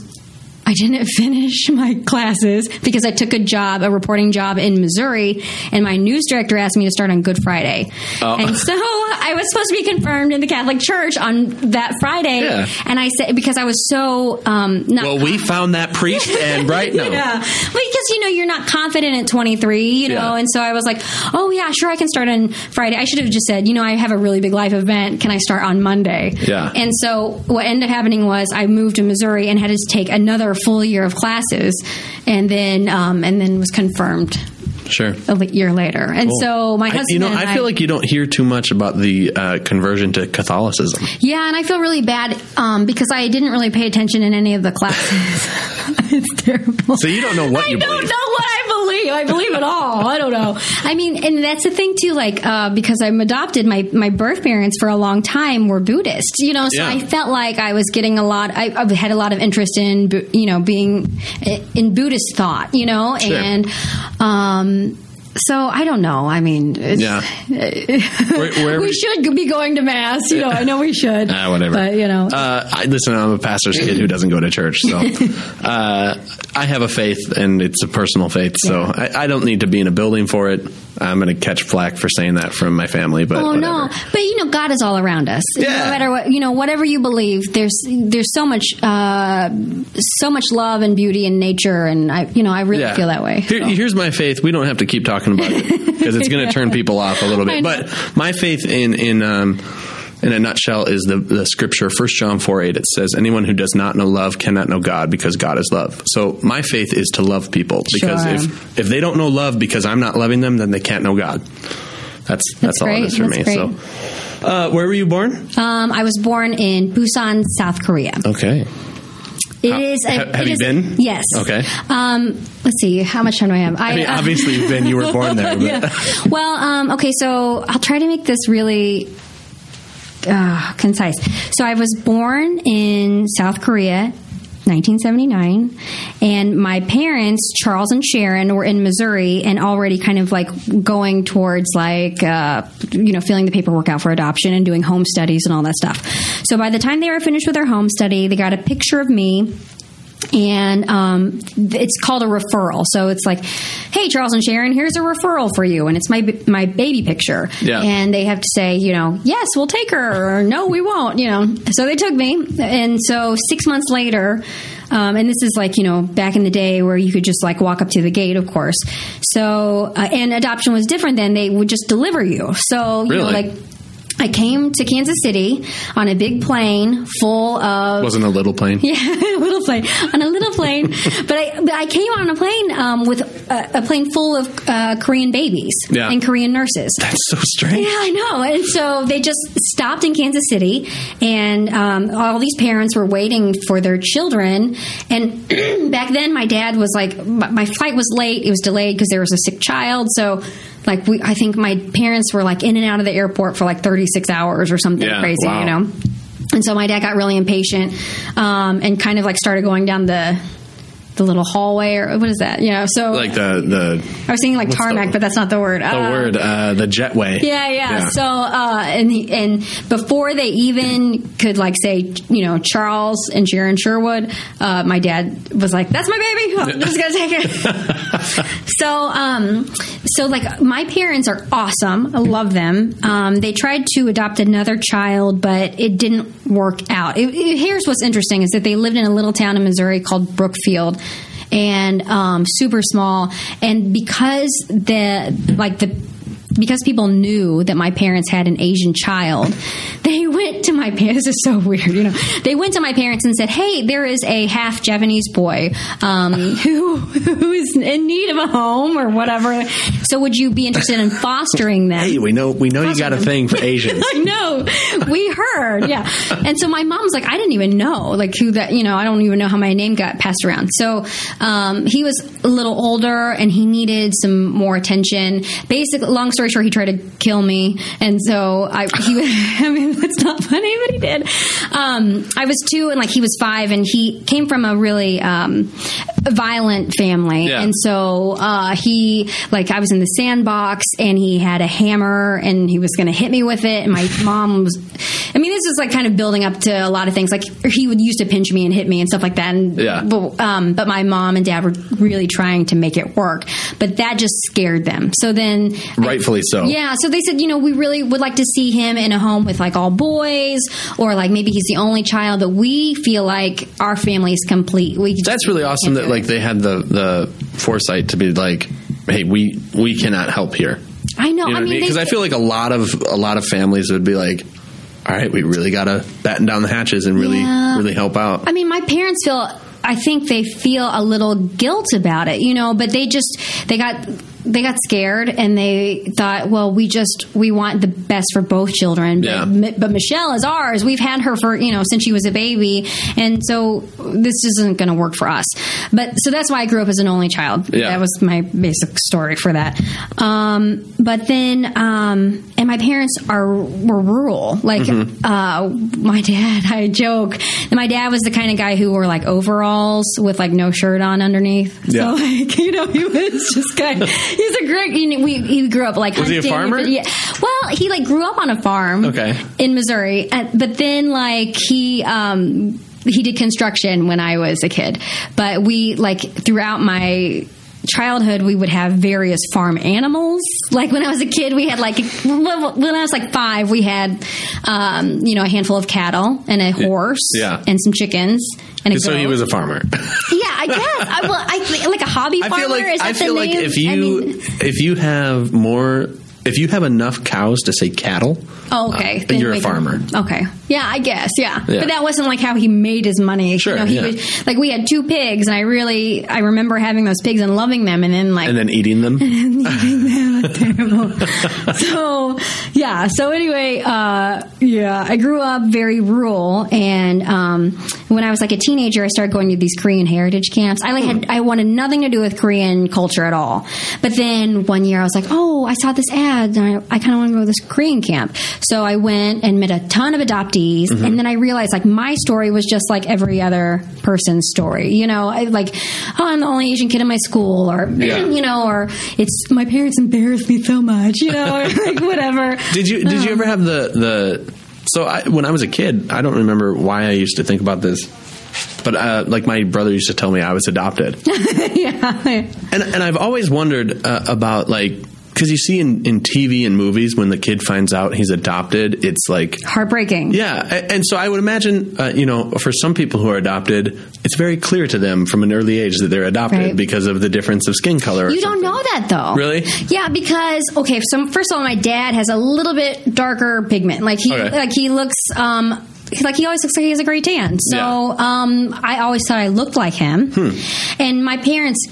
S3: I didn't finish my classes because I took a job, a reporting job in Missouri, and my news director asked me to start on Good Friday.
S2: Oh.
S3: And so I was supposed to be confirmed in the Catholic Church on that Friday.
S2: Yeah.
S3: And I said, because I was so um, not
S2: Well, we found that priest, and right now.
S3: yeah. Well, because you know you're not confident at 23, you know,
S2: Yeah.
S3: and so I was like, oh yeah, sure, I can start on Friday. I should have just said, you know, I have a really big life event. Can I start on Monday?
S2: Yeah.
S3: And so what ended up happening was I moved to Missouri and had to take another full year of classes, and then um, and then was confirmed
S2: Sure.
S3: a li- year later. And so my
S2: I,
S3: husband,
S2: you know,
S3: and
S2: I feel like you don't hear too much about the uh, conversion to Catholicism.
S3: Yeah, and I feel really bad um, because I didn't really pay attention in any of the classes. it's terrible.
S2: So you don't know what
S3: I
S2: you
S3: don't
S2: believe.
S3: know what I believe. I believe it all. I don't know. I mean, and that's the thing too. Like uh, because I'm adopted, my my birth parents for a long time were Buddhist. You know, so
S2: Yeah.
S3: I felt like I was getting a lot. I, I had a lot of interest in Bu- you know being eh, in Buddhist thought. You know,
S2: Sure.
S3: and um. So I don't know. I mean, it's,
S2: Yeah. Where- wherever
S3: we
S2: you-
S3: should be going to mass. You know, I know we should.
S2: Ah, whatever.
S3: But you know,
S2: uh, I, listen, I'm a pastor's kid who doesn't go to church, so uh, I have a faith, and it's a personal faith. So I, I don't need to be in a building for it. I'm going to catch flack for saying that from my family, but
S3: oh no!
S2: whatever.
S3: But you know, God is all around us.
S2: Yeah.
S3: No matter what, you know, whatever you believe, there's there's so much uh, so much love and beauty in nature, and I you know I really
S2: Yeah.
S3: feel that way.
S2: Here- here's my faith. We don't have to keep talking about it because it's going to turn people off a little
S3: I
S2: bit.
S3: know.
S2: But my faith in in um, in a nutshell is the, the scripture First John four eight. It says, "Anyone who does not know love cannot know God, because God is love." So my faith is to love people because
S3: Sure.
S2: if if they don't know love because I'm not loving them, then they can't know God. That's that's, all
S3: great.
S2: it is for
S3: That's
S2: me.
S3: great.
S2: So, uh, where were you born?
S3: Um, I was born in Busan, South Korea.
S2: Okay.
S3: It is. A,
S2: Uh, ha- have
S3: it
S2: you
S3: is-
S2: been?
S3: Yes.
S2: Okay.
S3: Um, let's see. How much time do I uh, have?
S2: I mean, obviously you've been. You were born there. But.
S3: yeah. Well, um, okay, so I'll try to make this really uh, concise. So I was born in South Korea. 1979, and my parents, Charles and Sharon, were in Missouri and already kind of like going towards like, uh, you know, filling the paperwork out for adoption and doing home studies and all that stuff. So by the time they were finished with their home study, they got a picture of me and um, th- it's called a referral. So it's like, hey, Charles and Sharon, here's a referral for you, and it's my b- my baby picture.
S2: Yeah.
S3: And they have to say, you know, yes, we'll take her, or no, we won't. You know, so they took me, and so six months later. Um, and this is like you know back in the day where you could just like walk up to the gate, of course. So uh, and adoption was different then; they would just deliver you. So you know,
S2: Really?
S3: like I came to Kansas City on a big plane full of
S2: Wasn't a little plane.
S3: yeah, a little plane on a little plane. but I but I came on a plane um, with a, a plane full of uh, Korean babies
S2: Yeah.
S3: and Korean nurses.
S2: That's so strange.
S3: Yeah, I know. And so they just stopped in Kansas City, and um, all these parents were waiting for their children. And back then, my dad was like, my my flight was late; it was delayed because there was a sick child. So, like, we, I think my parents were like in and out of the airport for like thirty six hours or something
S2: Yeah,
S3: crazy,
S2: wow.
S3: you know. And so my dad got really impatient um, and kind of like started going down the the little hallway or what is that? You know, so
S2: Like the the
S3: I was thinking like
S2: what's the-
S3: tarmac, but that's not the word.
S2: the
S3: Uh,
S2: word uh, the jetway.
S3: yeah, yeah. So, uh, and he, and before they even could like say, you know, Charles and Sharon Sherwood, uh, my dad was like, "That's my baby. I'm just gonna take it." so, um, so like my parents are awesome. I love them. Um, they tried to adopt another child, but it didn't work out. It, it- here's what's interesting is that they lived in a little town in Missouri called Brookfield. And um, super small, and because the like the because people knew that my parents had an Asian child, they went to my parents. This is so weird, you know. They went to my parents and said, "Hey, there is a half Japanese boy um, who who is in need of a home or whatever. So would you be interested in fostering them?"
S2: Hey, we know we know you got a thing for Asians.
S3: I know. We heard. Yeah. And so my mom was like, I didn't even know, like, who that, you know, I don't even know how my name got passed around. So um, he was a little older and he needed some more attention. Basically, long story short, he tried to kill me. And so I, he was, I mean, that's not funny, but he did. Um, I was two and like he was five and he came from a really um, violent family.
S2: Yeah.
S3: And so uh, he, like, I was in the sandbox and he had a hammer and he was going to hit me with it. And my mom was, I mean, this is like kind of building up to a lot of things. Like, he would used to pinch me and hit me and stuff like that. And,
S2: Yeah.
S3: But, um, but my mom and dad were really trying to make it work. But that just scared them. So then. I-
S2: Rightfully so.
S3: yeah, so they said, you know, we really would like to see him in a home with like all boys, or like maybe he's the only child that we feel like our family is complete. We just-
S2: That's really awesome that like they had the the foresight to be like, hey, we we cannot help here.
S3: I know.
S2: You know
S3: I
S2: what I
S3: mean,
S2: mean? Because
S3: they-
S2: I feel like a lot of a lot of families would be like, all right, we really gotta batten down the hatches and really
S3: Yeah.
S2: really help out.
S3: I mean, my parents feel. I think they feel a little guilt about it, you know, but they just they got they got scared and they thought, well, we just we want the best for both children.
S2: Yeah.
S3: But, Mi- but Michelle is ours. We've had her for you know since she was a baby, and so this isn't going to work for us. But so that's why I grew up as an only child.
S2: Yeah.
S3: That was my basic story for that. Um, but then, um, and my parents are were rural. Like
S2: Mm-hmm.
S3: uh, my dad, I joke that my dad was the kind of guy who wore like overalls with like no shirt on underneath.
S2: Yeah.
S3: So like you know he was just kind. of, He's a great. You know, we he grew up like
S2: Was he a
S3: hunting with
S2: farmer?
S3: the- yeah. Well, he like grew up on a farm.
S2: Okay.
S3: In Missouri, Uh, but then like he. Um, he did construction when I was a kid, but we like throughout my childhood we would have various farm animals. Like when I was a kid, we had like when when I was like five, we had um, you know a handful of cattle and a horse
S2: Yeah.
S3: and some chickens and a
S2: so he
S3: goat.
S2: was a farmer.
S3: yeah, I guess I, well, I think- like a hobby
S2: I
S3: farmer.
S2: feel like
S3: is that
S2: I feel
S3: the
S2: like
S3: name?
S2: if you
S3: I mean-
S2: if you have more if you have enough cows to say cattle,
S3: Oh, okay.
S2: uh,
S3: Then
S2: you're a
S3: we can-
S2: farmer.
S3: Okay. Yeah, I guess. Yeah.
S2: Yeah.
S3: But that wasn't like how he made his money.
S2: Sure,
S3: You know, he
S2: yeah.
S3: would, like we had two pigs, and I really I remember having those pigs and loving them, and then like
S2: and then eating them.
S3: terrible. so yeah. So anyway, uh, yeah, I grew up very rural, and um, when I was like a teenager, I started going to these Korean heritage camps. I like had I wanted nothing to do with Korean culture at all. But then one year, I was like, oh, I saw this ad, and I, I kind of want to go to this Korean camp. So I went and met a ton of adoptees, and then I realized like my story was just like every other person's story. You know, I, like oh, I'm the only Asian kid in my school, or
S2: Yeah.
S3: you know know, or it's my parents embarrassed me so much, you know, or like whatever.
S2: Did you did you ever have the the so I, when I was a kid, I don't remember why I used to think about this, but uh, like my brother used to tell me I was adopted,
S3: yeah.
S2: and and I've always wondered uh, about like because you see in in TV and movies when the kid finds out he's adopted, it's like
S3: Heartbreaking.
S2: yeah, a- and so I would imagine, uh, you know, for some people who are adopted, it's very clear to them from an early age that they're adopted
S3: Right.
S2: because of the difference of skin color. or
S3: You don't
S2: something.
S3: know that though.
S2: Really?
S3: Yeah, because okay, so first of all, my dad has a little bit darker pigment. Like he
S2: Okay.
S3: like he looks um he's like he always looks like he has a gray tan. So
S2: Yeah. Hmm.
S3: um I always thought I looked like him. And my parents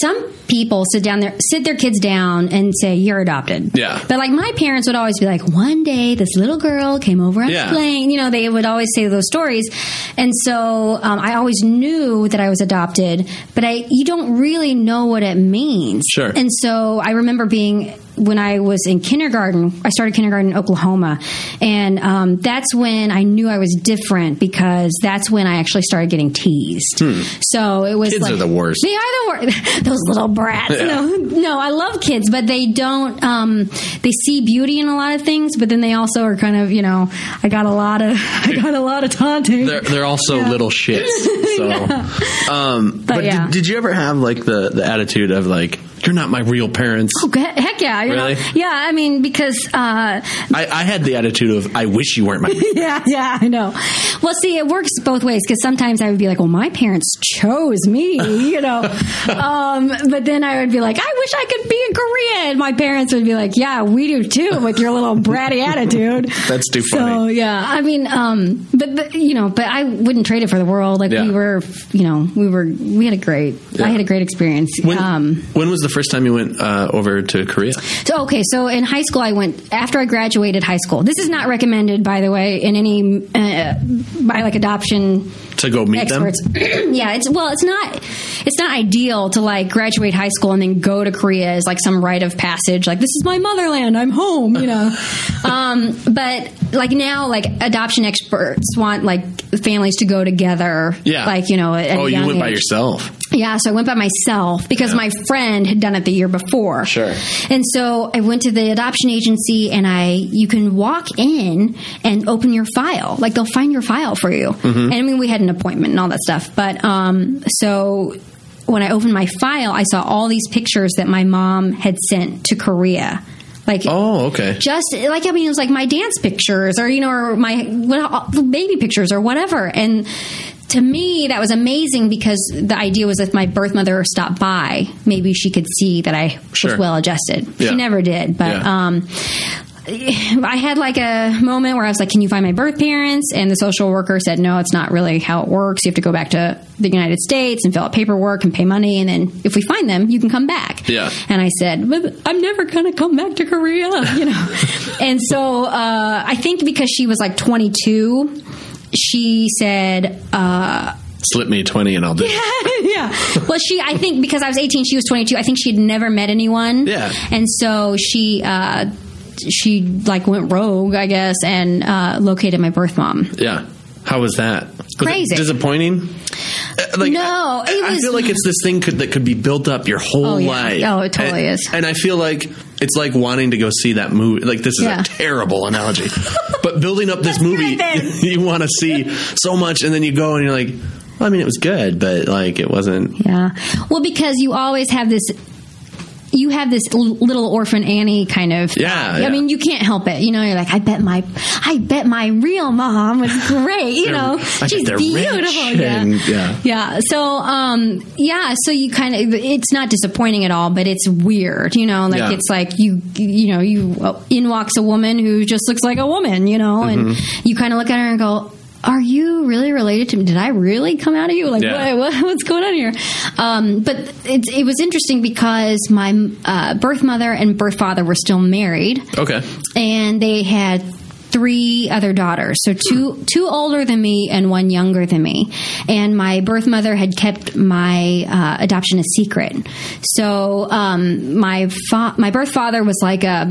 S3: some people sit down there sit their kids down and say you're adopted.
S2: Yeah.
S3: But like my parents would always be like one day this little girl came over on
S2: Yeah.
S3: a plane, you know, they would always say those stories. And so um, I always knew that I was adopted, but I you don't really know what it means.
S2: Sure.
S3: And so I remember being when I was in kindergarten. I started kindergarten in Oklahoma, and um, that's when I knew I was different because that's when I actually started getting teased. So it was
S2: Hmm. Kids
S3: like,
S2: are the worst.
S3: They are the worst. Those little brats. No, no, I love kids, but they don't. Um, they see beauty in a lot of things, but then they also are kind of you know. I got a lot of I got a lot of taunting.
S2: They're, they're also little shits. So, um, but,
S3: yeah.
S2: did, did you ever have like the the attitude of like, you're not my real parents.
S3: Oh, he- heck yeah. You
S2: Really?
S3: know? Yeah, I mean, because uh,
S2: I, I had the attitude of, I wish you weren't my.
S3: yeah, yeah, I know. Well, see, it works both ways because sometimes I would be like, "Well, my parents chose me," you know. um, but then I would be like, "I wish I could be in Korea," and my parents would be like, "Yeah, we do too," with your little bratty attitude.
S2: That's too
S3: So
S2: funny.
S3: yeah, I mean, um, but, but you know, but I wouldn't trade it for the world. Like
S2: Yeah.
S3: we were, you know, we were, we had a great,
S2: Yeah.
S3: I had a great experience.
S2: When,
S3: um,
S2: when was the first time you went uh, over to Korea?
S3: so okay, so in high school, I went after I graduated high school. This is not recommended, by the way, in any uh, by like adoption
S2: To go meet
S3: experts.
S2: them?
S3: yeah, it's well, it's not it's not ideal to like graduate high school and then go to Korea as like some rite of passage. Like this is my motherland, I'm home, you know. um, but like now, like adoption experts want like families to go together.
S2: Yeah.
S3: like you know. At
S2: oh,
S3: a
S2: you
S3: young
S2: went by
S3: age.
S2: yourself.
S3: Yeah, so I went by myself because my friend had done it the year before.
S2: Sure.
S3: And so I went to the adoption agency and I you can walk in and open your file. Like they'll find your file for you. And I mean we had an appointment and all that stuff, but um so when I opened my file, I saw all these pictures that my mom had sent to Korea. Like
S2: Oh, okay.
S3: just like I mean, it was like my dance pictures or you know, or my what, uh, baby pictures or whatever. And to me, that was amazing because the idea was if my birth mother stopped by, maybe she could see that I
S2: Sure.
S3: was well adjusted.
S2: Yeah.
S3: She never did, but
S2: Yeah.
S3: um. I had like a moment where I was like, "Can you find my birth parents?" And the social worker said, "No, it's not really how it works. You have to go back to the United States and fill out paperwork and pay money, and then if we find them, you can come back."
S2: Yeah.
S3: And I said, but I'm never going to come back to Korea, you know. and so uh, I think because she was like 22, she said, uh,
S2: Slip me 20 and I'll do it.
S3: yeah. Well, she, I think because I was 18, she was 22. I think she had never met anyone.
S2: Yeah.
S3: And so she, uh, she like went rogue, I guess, and uh, located my birth mom.
S2: Yeah. How was that? Was it
S3: Crazy.
S2: disappointing? Uh, Like,
S3: No, it
S2: I- I
S3: was-
S2: feel like it's this thing could, that could be built up your whole
S3: Oh, yeah.
S2: life.
S3: Oh, it totally
S2: And-
S3: is.
S2: And I feel like it's like wanting to go see that movie. Like this is
S3: Yeah.
S2: a terrible analogy, but building up this
S3: Let's do
S2: movie,
S3: it then.
S2: you want to see so much, and then you go and you're like, well, I mean, it was good, but like it wasn't.
S3: Yeah. Well, because you always have this. You have this l- little orphan Annie kind of.
S2: Yeah,
S3: I
S2: yeah.
S3: mean, you can't help it. You know, you're like, I bet my, I bet my real mom was great. You
S2: They're-
S3: know,
S2: I bet
S3: she's
S2: they're rich
S3: beautiful.
S2: and- yeah.
S3: yeah. Yeah. So, um, yeah. So you kind of, it's not disappointing at all, but it's weird. You know, like
S2: Yeah.
S3: it's like you, you know, you uh, in walks a woman who just looks like a woman. You know,
S2: Mm-hmm.
S3: and you kind of look at her and go. Are you really related to me? Did I really come out of you? Like,
S2: Yeah.
S3: what, what- what's going on here? Um, but it, it was interesting because my uh, birth mother and birth father were still married
S2: Okay.
S3: and they had three other daughters so two two older than me and one younger than me and my birth mother had kept my uh, adoption a secret so um, my fa- my birth father was like a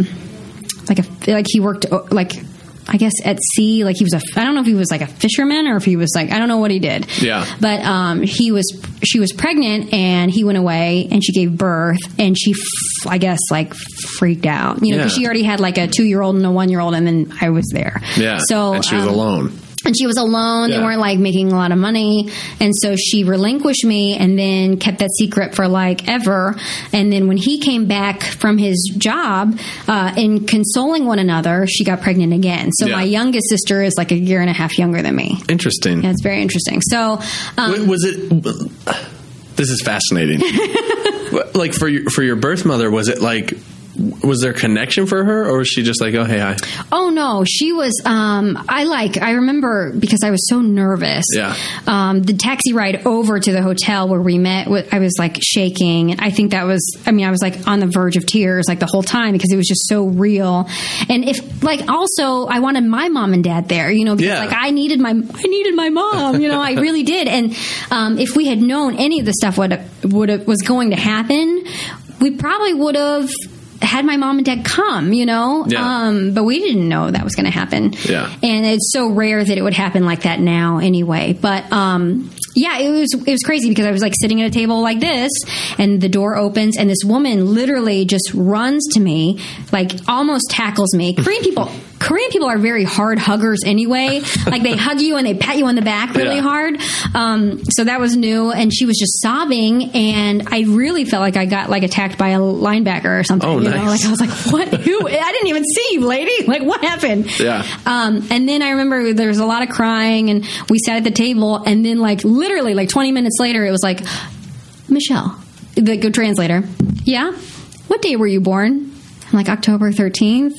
S3: like a like he worked uh, like I guess at sea like he was a I don't know if he was like a fisherman or if he was like I don't know what he did
S2: Yeah.
S3: but um, he was she was pregnant and he went away and she gave birth and she f- I guess like freaked out you know 'cause
S2: Yeah.
S3: she already had like a two year old and a one year old and then I was there
S2: Yeah.
S3: so
S2: and she was
S3: um,
S2: alone.
S3: and she was alone
S2: Yeah.
S3: they weren't like making a lot of money and so she relinquished me and then kept that secret for like ever and then when he came back from his job uh, in consoling one another she got pregnant again so
S2: Yeah.
S3: my youngest sister is like a year and a half younger than me
S2: Interesting.
S3: yeah, it's very interesting. So, um,
S2: Wait, was it? This is fascinating. like for your, for your birth mother, was it like? Was there connection for her, or was she just like, "Oh, hey, hi"?
S3: Oh no, she was. Um, I like. I remember because I was so nervous.
S2: Yeah.
S3: Um, the taxi ride over to the hotel where we met, wa- I was like shaking. And I think that was. I mean, I was like on the verge of tears like the whole time because it was just so real. And if like also, I wanted my mom and dad there. You know, because
S2: Yeah.
S3: like I needed my I needed my mom. You know, I really did. And um, if we had known any of the stuff what would have was going to happen, we probably would have. Had my mom and dad come, you know,
S2: Yeah.
S3: um, but we didn't know that was going to happen.
S2: Yeah.
S3: And it's so rare that it would happen like that now anyway. But um yeah, it was it was crazy because I was like sitting at a table like this and the door opens and this woman literally just runs to me, like almost tackles me. Korean people Korean people are very hard huggers anyway. like they hug you and they pat you on the back really
S2: Yeah.
S3: hard. Um, so that was new. And she was just sobbing, and I really felt like I got like attacked by a linebacker or something.
S2: Oh,
S3: you know?
S2: nice.
S3: Like I was like, what? Who? I didn't even see you, lady. Like what happened?
S2: Yeah.
S3: Um, and then I remember there was a lot of crying, and we sat at the table, and then like literally like 20 minutes later, it was like, Michelle, the good translator. Yeah. What day were you born? I'm like October 13th.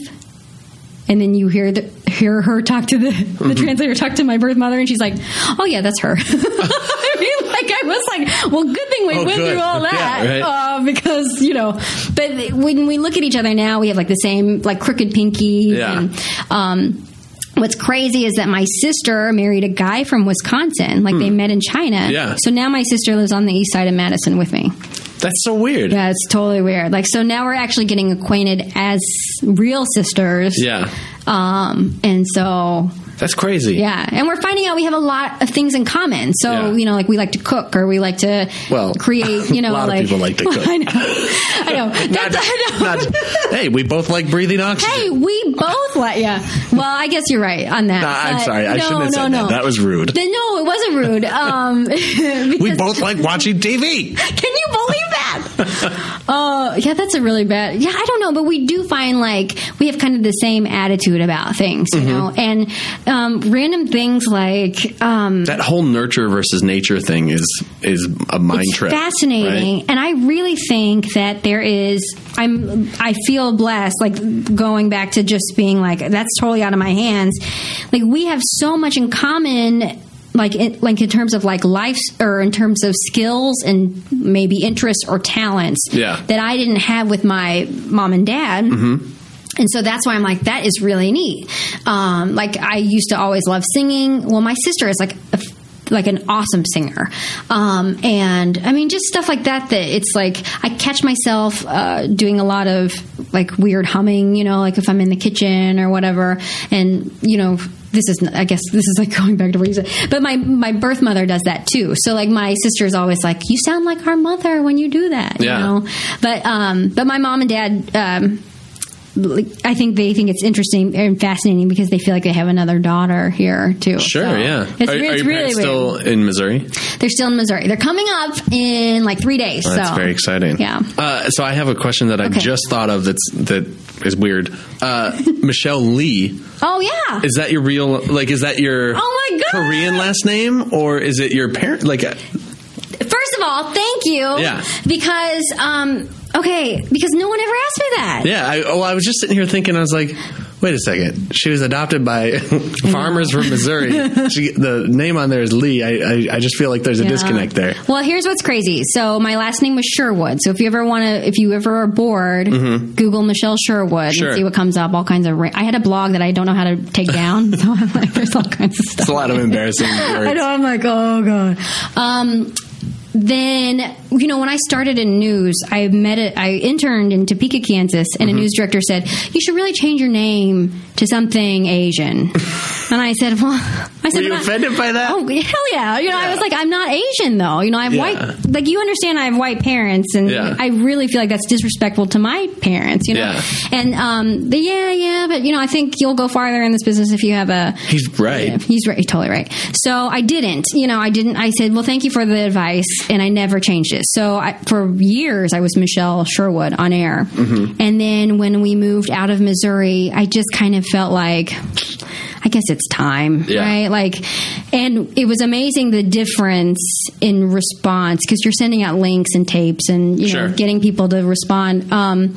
S3: And then you hear the, hear her talk to the, the
S2: Mm-hmm.
S3: translator talk to my birth mother, and she's like, "Oh yeah, that's her." I mean, like I was like, "Well, good thing we
S2: Oh,
S3: went
S2: good.
S3: through all that."
S2: Yeah, right.
S3: uh, because you know, but when we look at each other now, we have like the same like crooked pinky.
S2: Yeah.
S3: And, um, what's crazy is that my sister married a guy from Wisconsin. Like they met in China.
S2: Hmm. Yeah.
S3: So now my sister lives on the east side of Madison with me.
S2: That's so weird.
S3: Yeah, it's totally weird. Like so now we're actually getting acquainted as real sisters.
S2: Yeah.
S3: Um, and so
S2: That's crazy.
S3: yeah, and we're finding out we have a lot of things in common. So
S2: Yeah.
S3: you know, like we like to cook, or we like to
S2: Well,
S3: create. You know,
S2: a lot of
S3: like
S2: people like to cook.
S3: I know, I know.
S2: Not-
S3: That's, I know.
S2: not- hey, we both like breathing oxygen. Uh,
S3: Hey, we both like yeah. Well, I guess you're right on that.
S2: Nah, I'm
S3: but
S2: sorry. I shouldn't have said that. That was rude.
S3: Then, no, it wasn't rude. Um,
S2: we
S3: because-
S2: both like watching TV.
S3: Can you believe that? uh, yeah, that's a really bad. Yeah, I don't know, but we do find like we have kind of the same attitude about things,
S2: Mm-hmm.
S3: you know, and um, random things like um,
S2: That whole nurture versus nature thing is is a mind
S3: it's
S2: trip.
S3: fascinating,
S2: right?
S3: and I really think that there is. I'm. I feel blessed. Like going back to just being like that's totally out of my hands. Like we have so much in common. Like in, like in terms of like life or in terms of skills and maybe interests or talents
S2: Yeah. Mm-hmm.
S3: that I didn't have with my mom and dad. And so that's why I'm like, that is really neat. Um, like I used to always love singing. Well, my sister is like a, like an awesome singer, um, and I mean just stuff like that. That it's like I catch myself uh, doing a lot of like weird humming, you know, like if I'm in the kitchen or whatever, and you know. This is, I guess, this is like going back to what you said. But my my birth mother does that too. So like my sister's always like, "You sound like our mother when you do that."
S2: Yeah.
S3: You know? But um, but my mom and dad um, like, I think they think it's interesting and fascinating because they feel like they have another daughter here too.
S2: Sure,
S3: So
S2: yeah.
S3: it's,
S2: are,
S3: re-
S2: are
S3: it's
S2: your
S3: really
S2: parents
S3: weird.
S2: still in Missouri?
S3: They're still in Missouri. They're coming up in like three days.
S2: That's
S3: so
S2: very exciting.
S3: Yeah.
S2: Uh, so I have a question that I
S3: Okay.
S2: just thought of. That's that is weird. Uh, Michelle Lee
S3: Oh yeah.
S2: is that your real like? Is that your
S3: Oh my God!
S2: Korean last name or is it your parent? Like, uh,
S3: First of all, thank you.
S2: Yeah.
S3: Because um okay because no one ever asked me that.
S2: yeah. I, oh, I was just sitting here thinking. I was like, wait a second. She was adopted by farmers from Missouri. she, the name on there is Lee. I, I, I just feel like there's a
S3: Yeah.
S2: disconnect there.
S3: Well, here's what's crazy. So my last name was Sherwood. So if you ever want to, if you ever are bored, Google Michelle Sherwood
S2: Mm-hmm. Sure.
S3: and see what comes up. All kinds of. Ra- I had a blog that I don't know how to take down. So I'm like, there's all kinds of stuff.
S2: It's a lot of embarrassing words.
S3: I know. I'm like, oh god. Um, then you know when I started in news, I met a, I interned in Topeka, Kansas, and
S2: Mm-hmm.
S3: a news director said you should really change your name to something Asian. and I said, well, I said,
S2: Were you
S3: "I'm not-
S2: offended by that?
S3: Oh hell yeah! You know, I
S2: Yeah.
S3: was like, I'm not Asian though. You know, I have
S2: Yeah.
S3: white. Like you understand, I have white parents, and
S2: Yeah.
S3: I really feel like that's disrespectful to my parents. You know,
S2: Yeah.
S3: and um, the, yeah, yeah, but you know, I think you'll go farther in this business if you have a
S2: He's right.
S3: yeah, he's right. He's totally right. So I didn't. You know, I didn't. I said, well, thank you for the advice, and I never changed it. So I, for years, I was Michelle Sherwood on air,
S2: Mm-hmm.
S3: and then when we moved out of Missouri, I just kind of felt like. I guess it's time,
S2: Yeah.
S3: right? Like, and it was amazing the difference in response because you're sending out links and tapes and you
S2: Sure.
S3: know getting people to respond. Um,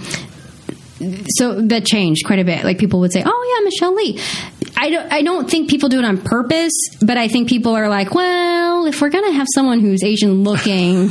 S3: so that changed quite a bit. Like people would say, "Oh yeah, Michelle Lee." I don't. I don't think people do it on purpose, but I think people are like, "Well, if we're gonna have someone who's Asian looking."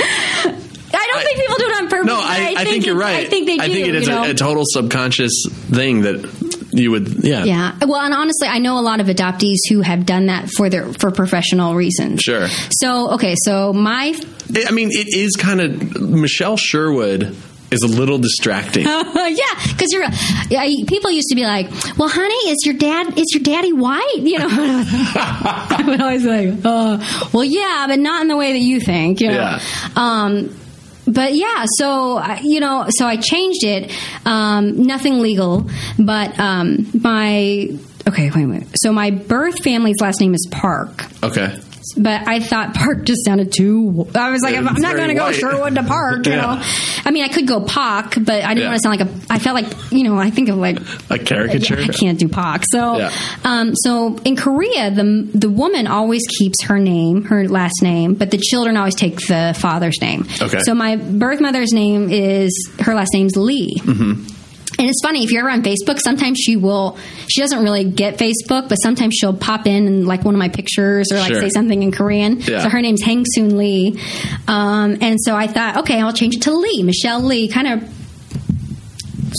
S3: I don't think people do it on purpose.
S2: No,
S3: but
S2: I, I, think
S3: it-
S2: you're right.
S3: I think they do.
S2: it is
S3: you know?
S2: a, a total subconscious thing that you would, yeah.
S3: Yeah. Well, and honestly, I know a lot of adoptees who have done that for their for professional reasons.
S2: Sure.
S3: So okay, so my
S2: I- I mean, it is kind of Michelle Sherwood is a little distracting.
S3: yeah, because you're I, people used to be like, well, honey, is your dad is your daddy white? You know, I "Oh, would always be like, uh, well, yeah, but not in the way that you think. You know?
S2: Yeah.
S3: Um, but yeah, so I- you know, so I changed it. Um, nothing legal, but um, my okay, wait a minute. So my birth family's last name is Park,
S2: Okay.
S3: but I thought Park just sounded too. I was like,
S2: Yeah,
S3: I'm
S2: it's
S3: not
S2: very
S3: going to go
S2: white.
S3: Sherwood to Park. You
S2: Yeah.
S3: know, I mean, I could go Park, but I didn't
S2: Yeah.
S3: want to sound like a. I felt like you know, I think of like
S2: A caricature.
S3: I can't do Pak. So,
S2: Yeah.
S3: um, so in Korea, the the woman always keeps her name, her last name, but the children always take the father's name.
S2: Okay.
S3: So my birth mother's name is her last name's Lee.
S2: Mm-hmm.
S3: And it's funny if you're ever on Facebook. Sometimes she will. She doesn't really get Facebook, but sometimes she'll pop in and like one of my pictures or like
S2: Sure.
S3: say something in Korean.
S2: Yeah.
S3: So her name's Hang Soon Lee, um, and so I thought, okay, I'll change it to Lee, Michelle Lee. Kind of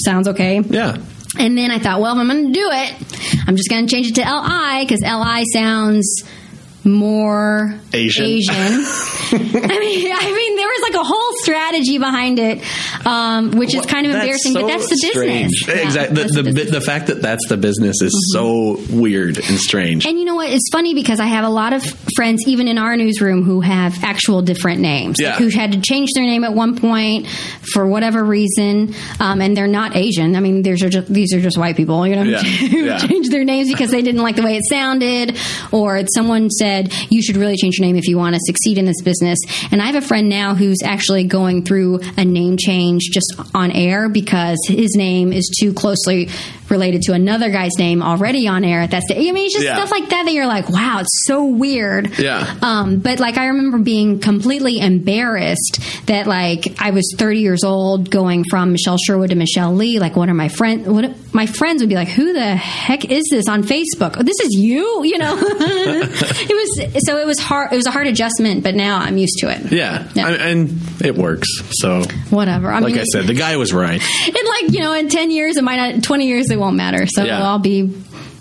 S3: sounds okay.
S2: Yeah.
S3: And then I thought, well, if I'm going to do it, I'm just going to change it to LI because LI sounds more
S2: Asian.
S3: I mean, I mean, there was like a whole strategy behind it, um, which is kind of embarrassing, but that's the business. Yeah,
S2: exactly.
S3: that's
S2: The, the, the fact that that's the business is so weird and strange.
S3: Mm-hmm. And you know what? It's funny because I have a lot of friends, even in our newsroom, who have actual different names,
S2: Yeah.
S3: like who had to change their name at one point for whatever reason, um, and they're not Asian. I mean, these are just, these are just white people, you know,
S2: Yeah.
S3: who
S2: Yeah.
S3: changed their names because they didn't like the way it sounded, or it's someone said you should really change your name if you want to succeed in this business. And I have a friend now who's actually going through a name change just on air because his name is too closely related to another guy's name already on air at that stage. I mean, it's just
S2: Yeah.
S3: stuff like like that that you're like, wow, it's so weird.
S2: Yeah.
S3: Um, but like I remember being completely embarrassed that like I was 30 years old going from Michelle Sherwood to Michelle Lee. Like, what are my friends? What my friends would be like? Who the heck is this on Facebook? Oh, this is you. You know. it was so it was hard. It was a hard adjustment, but now I'm used to it.
S2: Yeah. I- and it works. So,
S3: Whatever. I
S2: like
S3: mean,
S2: I said, the guy was right.
S3: in like you know, in 10 years, it might not. 20 years, it won't matter. So
S2: Yeah.
S3: it'll all be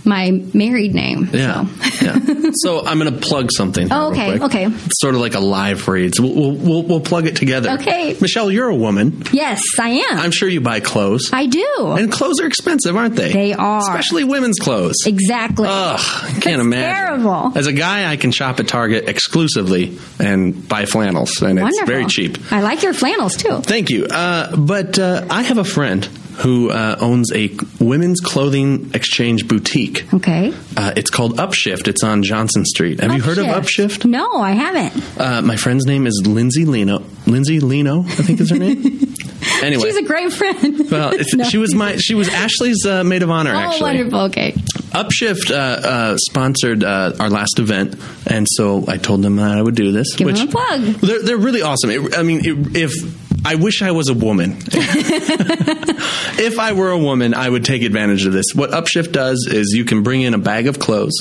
S3: my married name.
S2: Yeah.
S3: So.
S2: yeah. So I'm going to plug something. here
S3: Oh,
S2: real
S3: okay,
S2: quick.
S3: okay.
S2: It's sort of like a live read. So we'll, we'll, we'll, we'll plug it together.
S3: Okay.
S2: Michelle, you're a woman.
S3: Yes, I am.
S2: I'm sure you buy clothes.
S3: I do.
S2: and clothes are expensive, aren't they?
S3: They are.
S2: Especially women's clothes.
S3: Exactly.
S2: Ugh, I can't
S3: That's
S2: imagine.
S3: terrible.
S2: As a guy, I can shop at Target exclusively and buy flannels, and
S3: Wonderful.
S2: it's very cheap.
S3: I like your flannels too.
S2: Thank you. Uh, but uh, I have a friend who uh, owns a women's clothing exchange boutique.
S3: Okay.
S2: Uh, it's called Upshift. It's on Johnson Street. Have you heard of Upshift?
S3: No, I haven't.
S2: Uh, my friend's name is Lindsay Lino. Lindsay Lino, I think is her name. anyway,
S3: She's a great friend.
S2: well, it's,
S3: No.
S2: she was my she was Ashley's uh, maid of honor.
S3: Oh,
S2: actually,
S3: wonderful. Okay.
S2: Upshift uh, uh, sponsored uh, our last event, and so I told them that I would do this.
S3: Give
S2: which,
S3: them a plug.
S2: They're, they're really awesome. It, I mean, it, if I wish I was a woman, if I were a woman, I would take advantage of this. What Upshift does is you can bring in a bag of clothes,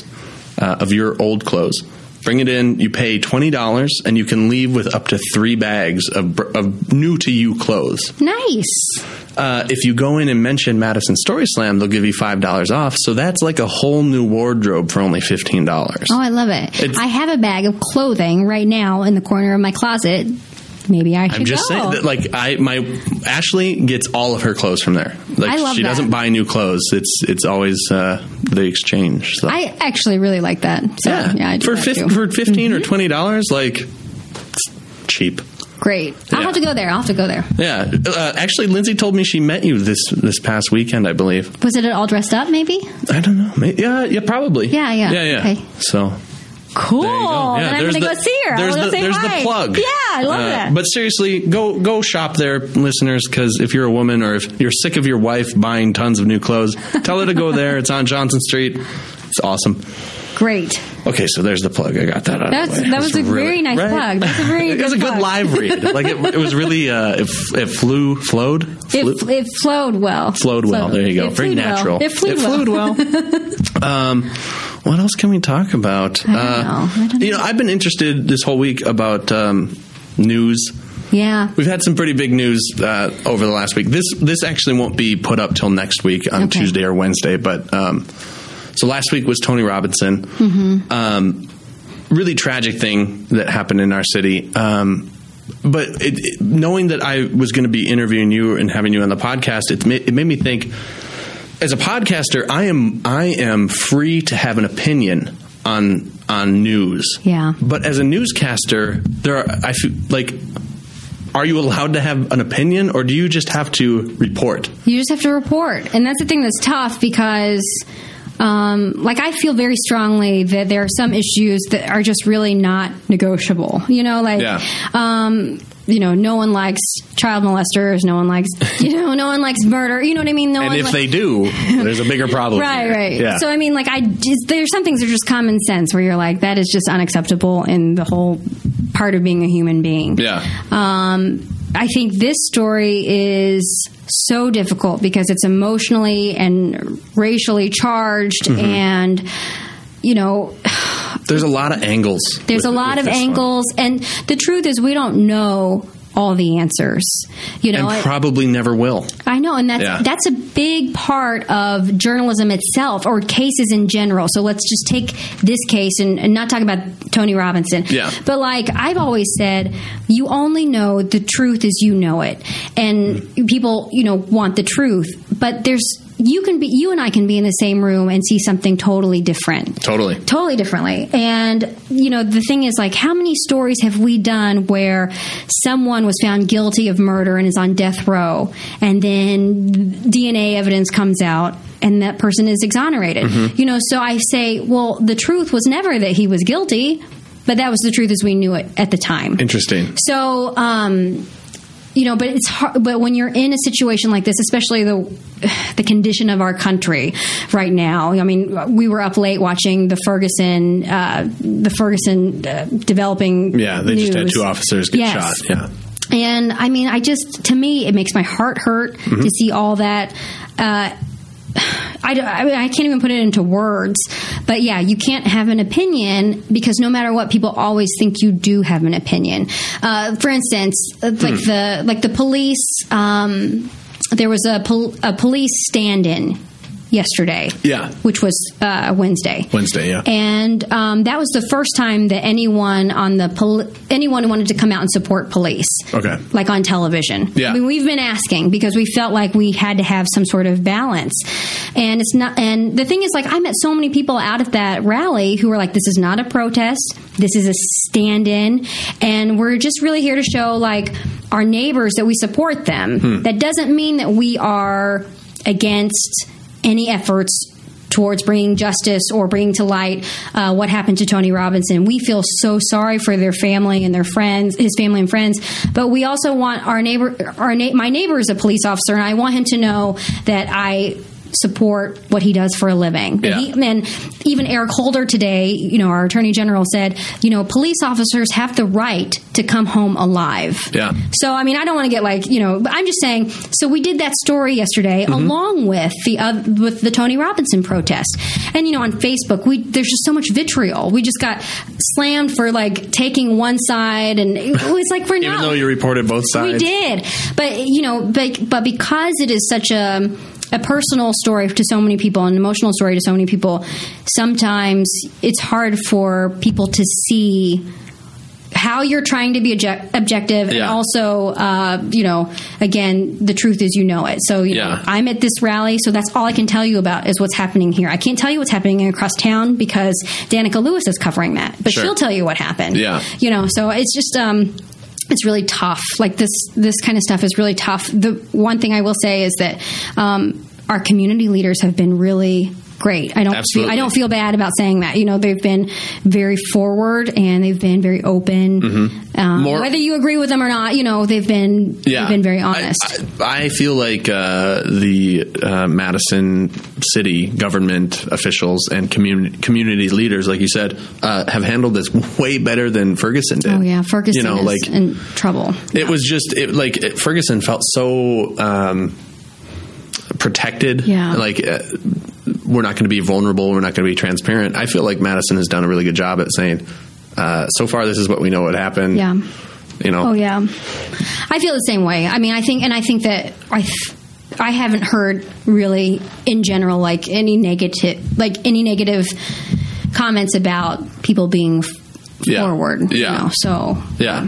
S2: uh, of your old clothes. Bring it in. You pay twenty dollars, and you can leave with up to three bags of, br- of new to you clothes.
S3: Nice.
S2: Uh, if you go in and mention Madison Story Slam, they'll give you five dollars off. So that's like a whole new wardrobe for only fifteen dollars.
S3: Oh, I love it.
S2: It's-
S3: I have a bag of clothing right now in the corner of my closet. Maybe I should
S2: I'm just
S3: go.
S2: saying that, like I, my Ashley gets all of her clothes from there. Like
S3: I love
S2: she
S3: that.
S2: doesn't buy new clothes. It's it's always uh, the exchange. So.
S3: I actually really like that. So, yeah, I do
S2: for
S3: that,
S2: fif-
S3: too. Mm-hmm.
S2: for 15 or twenty dollars, like it's cheap.
S3: Great. I'll
S2: Yeah.
S3: have to go there. I'll have to go there.
S2: Yeah, uh, actually, Lindsay told me she met you this this past weekend, I believe.
S3: Was it all dressed up? Maybe.
S2: I don't know. May yeah, yeah, probably.
S3: Yeah, yeah.
S2: yeah, yeah.
S3: Okay.
S2: So
S3: Cool.
S2: There you go.
S3: then
S2: there's
S3: I'm going to
S2: the-
S3: go see her.
S2: There's,
S3: I
S2: the,
S3: wanna say
S2: there's
S3: hi.
S2: the plug.
S3: Yeah, I love
S2: Uh,
S3: that.
S2: But seriously, go go shop there, listeners, because if you're a woman or if you're sick of your wife buying tons of new clothes, tell her to go there. It's on Johnson Street. It's awesome.
S3: Great.
S2: Okay, so there's the plug. I got that out.
S3: That's-
S2: of the way.
S3: that was
S2: It's
S3: a very nice plug. That's a very
S2: it was a
S3: good
S2: good
S3: plug.
S2: live read. Like it, it was really. Uh, it, f- it flew, flowed, Flew-
S3: It, it flowed well.
S2: flowed well. There you go.
S3: It
S2: Very
S3: flewed well.
S2: natural.
S3: It flowed well.
S2: well. um, what else can we talk about? Uh,
S3: I don't know. I don't
S2: you know,
S3: know.
S2: I've been interested this whole week about um, news.
S3: Yeah.
S2: We've had some pretty big news uh, over the last week. This this actually won't be put up till next week on
S3: Okay.
S2: Tuesday or Wednesday. But um, so last week was Tony Robinson. Um, really tragic thing that happened in our city. Um, but it, it- knowing that I was going to be interviewing you and having you on the podcast, it, ma- it made me think. As a podcaster, I am I am free to have an opinion on on news.
S3: Yeah.
S2: But as a newscaster, there are I feel like are you allowed to have an opinion or do you just have to report?
S3: You just have to report. And that's the thing that's tough because, um, like, I feel very strongly that there are some issues that are just really not negotiable. You know, like,
S2: Yeah.
S3: um, you know, no one likes child molesters. No one likes, you know, no one likes murder. You know what I mean? No
S2: And
S3: one
S2: if
S3: li-
S2: they do, there's a bigger problem.
S3: Right,
S2: here.
S3: right.
S2: Yeah.
S3: So I mean, like, I just, there's some things that are just common sense where you're like, that is just unacceptable in the whole part of being a human being.
S2: Yeah.
S3: Um, I think this story is so difficult because it's emotionally and racially charged,
S2: Mm-hmm.
S3: and you know,
S2: there's a lot of angles.
S3: there's
S2: with-
S3: a lot
S2: with
S3: of
S2: this one.
S3: angles, and the truth is, we don't know all the answers. You
S2: And
S3: know, I-
S2: probably never will.
S3: I know, and that's
S2: Yeah.
S3: that's a big part of journalism itself, or cases in general. So let's just take this case and, and not talk about Tony Robinson.
S2: Yeah.
S3: But like I've always said, you only know the truth as you know it, and
S2: Mm-hmm.
S3: people you know want the truth, but there's you can be you and I can be in the same room and see something totally different
S2: Totally.
S3: totally differently. And you know, the thing is, like, how many stories have we done where someone was found guilty of murder and is on death row, and then DNA evidence comes out? And that person is exonerated. You know, so I say, well, the truth was never that he was guilty, but that was the truth as we knew it at the time.
S2: Interesting.
S3: So, um, you know, but it's hard. But when you're in a situation like this, especially the the condition of our country right now, I mean, we were up late watching the Ferguson, uh, the Ferguson uh, developing.
S2: Yeah, they just had
S3: news.
S2: two officers get
S3: Yes.
S2: shot. Yeah.
S3: And I mean, I just to me, it makes my heart hurt
S2: Mm-hmm.
S3: to see all that. Uh, I, don't- I, mean, I can't even put it into words, but yeah, you can't have an opinion because no matter what, people always think you do have an opinion. Uh, for instance, uh, like
S2: Hmm.
S3: the like the police, um, there was a, pol- a police stand-in yesterday,
S2: Yeah.
S3: which was uh, Wednesday.
S2: Wednesday, yeah.
S3: And um, that was the first time that anyone on the pol- anyone who wanted to come out and support police.
S2: Okay.
S3: Like on television.
S2: Yeah.
S3: I mean, we've been asking because we felt like we had to have some sort of balance. And it's not and the thing is like I met so many people out at that rally who were like this is not a protest. This is a stand-in and we're just really here to show like our neighbors that we support them.
S2: Hmm.
S3: That doesn't mean that we are against any efforts towards bringing justice or bringing to light uh, what happened to Tony Robinson. We feel so sorry for their family and their friends, his family and friends, but we also want our neighbor, our na- my neighbor is a police officer, and I want him to know that I support what he does for a living.
S2: Yeah.
S3: He- and even Eric Holder today, you know, our attorney general said, you know, police officers have the right to come home alive.
S2: Yeah.
S3: So I mean, I don't want to get like you know. but I'm just saying. So we did that story yesterday,
S2: Mm-hmm.
S3: along with the uh, with the Tony Robinson protest, and you know, on Facebook, we there's just so much vitriol. We just got slammed for like taking one side, and it was like we're
S2: Even
S3: not.
S2: though you reported both sides.
S3: We did, but you know, but but because it is such a a personal story to so many people, an emotional story to so many people, sometimes it's hard for people to see how you're trying to be object- objective and
S2: Yeah.
S3: also uh, you know again the truth is you know it so you
S2: Yeah.
S3: know, i'm at this rally so that's all i can tell you about is what's happening here i can't tell you what's happening across town because danica lewis is covering that but
S2: Sure.
S3: she'll tell you what happened
S2: Yeah.
S3: you know so it's just um it's really tough like this this kind of stuff is really tough the one thing i will say is that um our community leaders have been really great i don't feel,
S2: Absolutely.
S3: i don't feel bad about saying that you know they've been very forward and they've been very open um,
S2: Mm-hmm. More-
S3: whether you agree with them or not you know they've been they've been very honest
S2: I, I, I feel like uh, the uh, Madison city government officials and community community leaders, like you said, uh, have handled this way better than Ferguson did.
S3: oh yeah
S2: you
S3: ferguson
S2: know,
S3: is
S2: like
S3: in trouble
S2: it was just it, like it, Ferguson felt so um, protected.
S3: Yeah.
S2: Like uh, we're not going to be vulnerable. We're not going to be transparent. I feel like Madison has done a really good job at saying, uh, so far this is what we know what happened.
S3: Yeah.
S2: You know.
S3: Oh yeah, I feel the same way. I mean, I think, and I think that I, th- I haven't heard really in general like any negative, like any negative comments about people being f-
S2: Yeah.
S3: forward. you
S2: Yeah.
S3: know, so
S2: Yeah.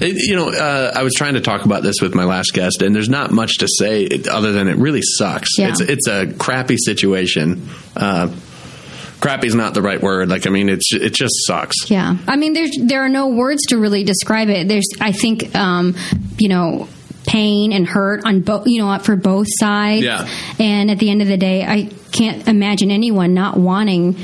S2: It, you know, uh, I was trying to talk about this with my last guest, and there's not much to say other than it really sucks.
S3: Yeah.
S2: It's it's a crappy situation. Uh, crappy is not the right word. Like, I mean, it's it just sucks.
S3: Yeah, I mean, there's there are no words to really describe it. There's, I think, um, you know, pain and hurt on both, you know, for both sides.
S2: Yeah.
S3: And at the end of the day, I can't imagine anyone not wanting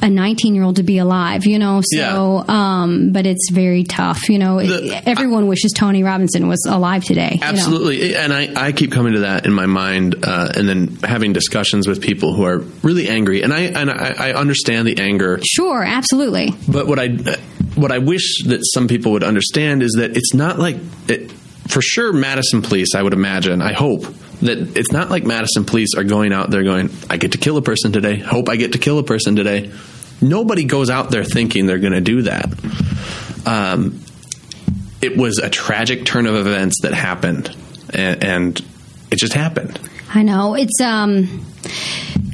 S3: a 19 year old to be alive. You know, so um, but it's very tough. You know,
S2: The-
S3: everyone wishes Tony Robinson was alive today. you know.
S2: Absolutely, and I, I keep coming to that in my mind, uh, and then having discussions with people who are really angry, and I and I, I understand the anger,
S3: Sure, absolutely.
S2: but what I what I wish that some people would understand is that it's not like it, for sure Madison police. I would imagine, I hope that it's not like Madison police are going out there going, I get to kill a person today. Hope I get to kill a person today. Nobody goes out there thinking they're going to do that. Um, it was a tragic turn of events that happened, and, and it just happened.
S3: I know it's um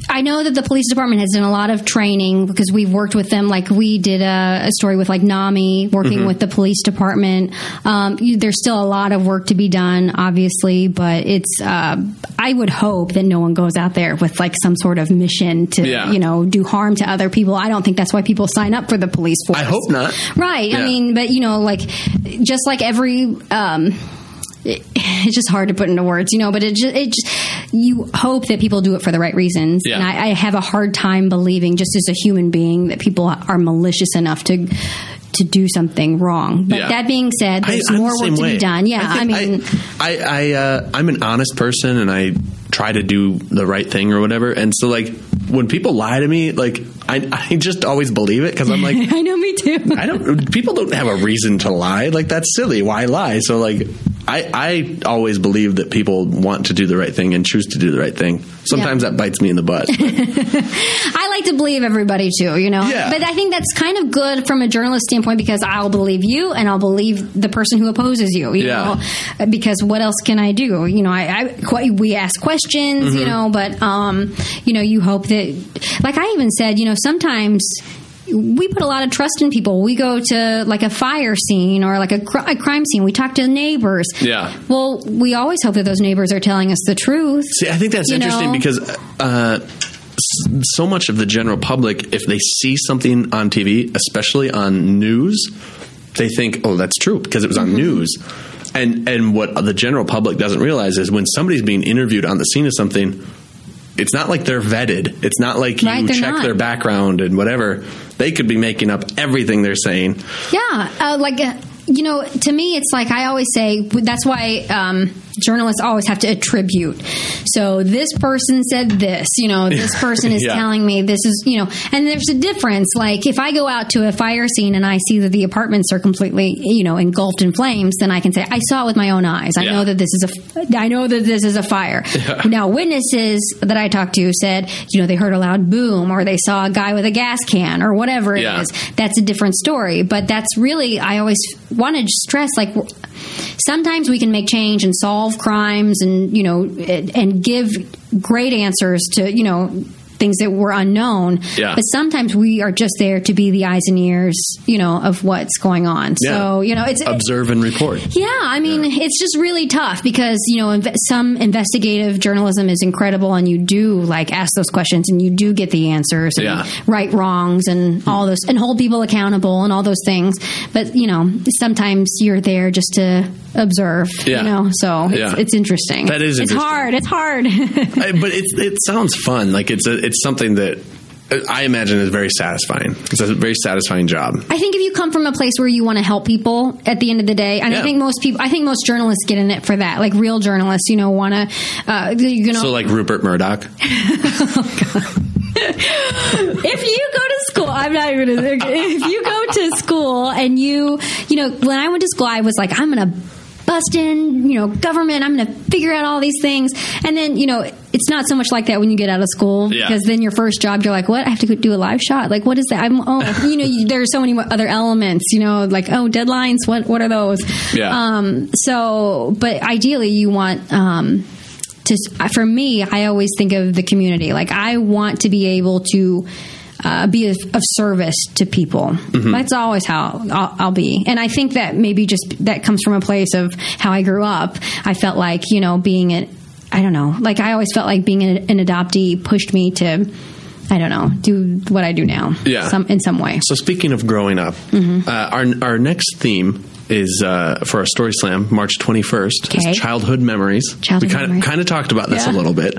S3: I know that the police department has done a lot of training because we've worked with them. Like we did a, a story with like NAMI, working
S2: Mm-hmm.
S3: with the police department. Um, you, there's still a lot of work to be done, obviously, but it's. Uh, I would hope that no one goes out there with like some sort of mission to
S2: Yeah.
S3: you know do harm to other people. I don't think that's why people sign up for the police force.
S2: I hope not.
S3: Right. I
S2: Yeah.
S3: mean, but you know, like just like every. Um, it- it's just hard to put into words, you know. But it just, it just you hope that people do it for the right reasons,
S2: Yeah.
S3: and I, I have a hard time believing, just as a human being, that people are malicious enough to to do something wrong. But
S2: Yeah.
S3: that being said, there's
S2: I'm
S3: more
S2: the
S3: work
S2: same
S3: to
S2: way.
S3: be done. Yeah, I,
S2: think
S3: mean,
S2: I, I, uh, I'm an honest person, and I try to do the right thing or whatever. And so, like, when people lie to me, like, I, I just always believe it because I'm like,
S3: I, know me too.
S2: I don't. People don't have a reason to lie. Like, that's silly. Why lie? So, like, I, I always believe that people want to do the right thing and choose to do the right thing. Sometimes that bites me in the butt.
S3: I like to believe everybody too, you know.
S2: Yeah.
S3: But I think that's kind of good from a journalist standpoint because I'll believe you and I'll believe the person who opposes you. you
S2: Yeah.
S3: Know? Because what else can I do? You know, I, I qu- we ask questions,
S2: Mm-hmm.
S3: you know, but um, you know, you hope that, like I even said, you know, sometimes. We put a lot of trust in people. We go to like a fire scene or like a, cr- a crime scene. We talk to neighbors.
S2: Yeah.
S3: Well, we always hope that those neighbors are telling us the truth.
S2: See, I think that's
S3: You
S2: interesting
S3: know?
S2: because uh, s- so much of the general public, if they see something on TV, especially on news, they think, "Oh, that's true," because it was
S3: Mm-hmm.
S2: on news. And and what the general public doesn't realize is when somebody's being interviewed on the scene of something, it's not like they're vetted. It's not like
S3: Right,
S2: you
S3: they're
S2: check
S3: not.
S2: their background and whatever. They could be making up everything they're saying.
S3: Yeah, uh, like uh, you know, to me, it's like I always say. That's why um, journalists always have to attribute. So this person said this. You know, this person is
S2: Yeah.
S3: telling me this is. You know, and there's a difference. Like if I go out to a fire scene and I see that the apartments are completely, you know, engulfed in flames, then I can say I saw it with my own eyes. I
S2: Yeah.
S3: know that this is a. f- I know that this is a fire. Now witnesses that I talked to said, you know, they heard a loud boom or they saw a guy with a gas can or whatever it is
S2: Yeah.
S3: that's a different story. But that's really, I always want to stress like, w- sometimes we can make change and solve crimes and, you know, and and give great answers to, you know, things that were unknown.
S2: Yeah.
S3: But sometimes we are just there to be the eyes and ears, you know, of what's going on. So,
S2: Yeah.
S3: you know, it's.
S2: Observe and report.
S3: Yeah, I mean, it's just really tough because, you know, inve- some investigative journalism is incredible and you do like ask those questions and you do get the answers and
S2: Yeah. Hmm.
S3: right wrongs and all those and hold people accountable and all those things. But, you know, sometimes you're there just to observe,
S2: Yeah.
S3: you know, so it's,
S2: Yeah.
S3: it's interesting.
S2: That is
S3: It's
S2: interesting.
S3: hard. It's hard.
S2: I- but it it sounds fun. Like it's a, it's something that uh, I imagine is very satisfying. It's a very satisfying job.
S3: I think if you come from a place where you want to help people at the end of the day, and
S2: Yeah.
S3: I think most people, I think most journalists get in it for that. Like real journalists, you know, want to, uh, you know,
S2: So like Rupert Murdoch.
S3: if you go to school, I'm not even. Gonna, if you go to school and you, you know, when I went to school, I was like, I'm gonna bust in, you know, government. I'm gonna figure out all these things, and then you know, it's not so much like that when you get out of school
S2: Yeah.
S3: because then your first job, you're like, what? I have to go do a live shot. Like, what is that? I'm, oh, you know, you, there are so many other elements. You know, like oh, deadlines. What what are those?
S2: Yeah.
S3: Um. So, but ideally, you want. Um, to for me, I always think of the community. Like I want to be able to uh, be of, of service to people.
S2: Mm-hmm.
S3: That's always how I'll, I'll be. And I think that maybe just that comes from a place of how I grew up. I felt like you know being an I don't know. Like I always felt like being an, an adoptee pushed me to I don't know, do what I do now.
S2: Yeah.
S3: Some in some way.
S2: So speaking of growing up,
S3: Mm-hmm.
S2: uh, our our next theme is uh, for our story slam March twenty first.
S3: Okay.
S2: Is childhood memories.
S3: Childhood
S2: we kind of
S3: memories.
S2: kind of talked about this a
S3: Yeah.
S2: little bit,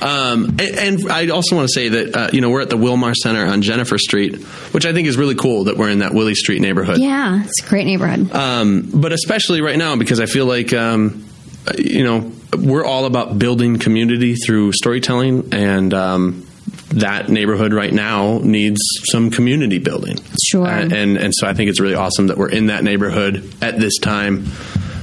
S2: um, and, and I also want to say that uh, you know we're at the Wilmar Center on Jennifer Street, which I think is really cool that we're in that Willie Street neighborhood.
S3: Yeah, it's a great neighborhood.
S2: Um, but especially right now because I feel like um, you know we're all about building community through storytelling and. Um, that neighborhood right now needs some community building.
S3: Sure.
S2: Uh, and and so I think it's really awesome that we're in that neighborhood at this time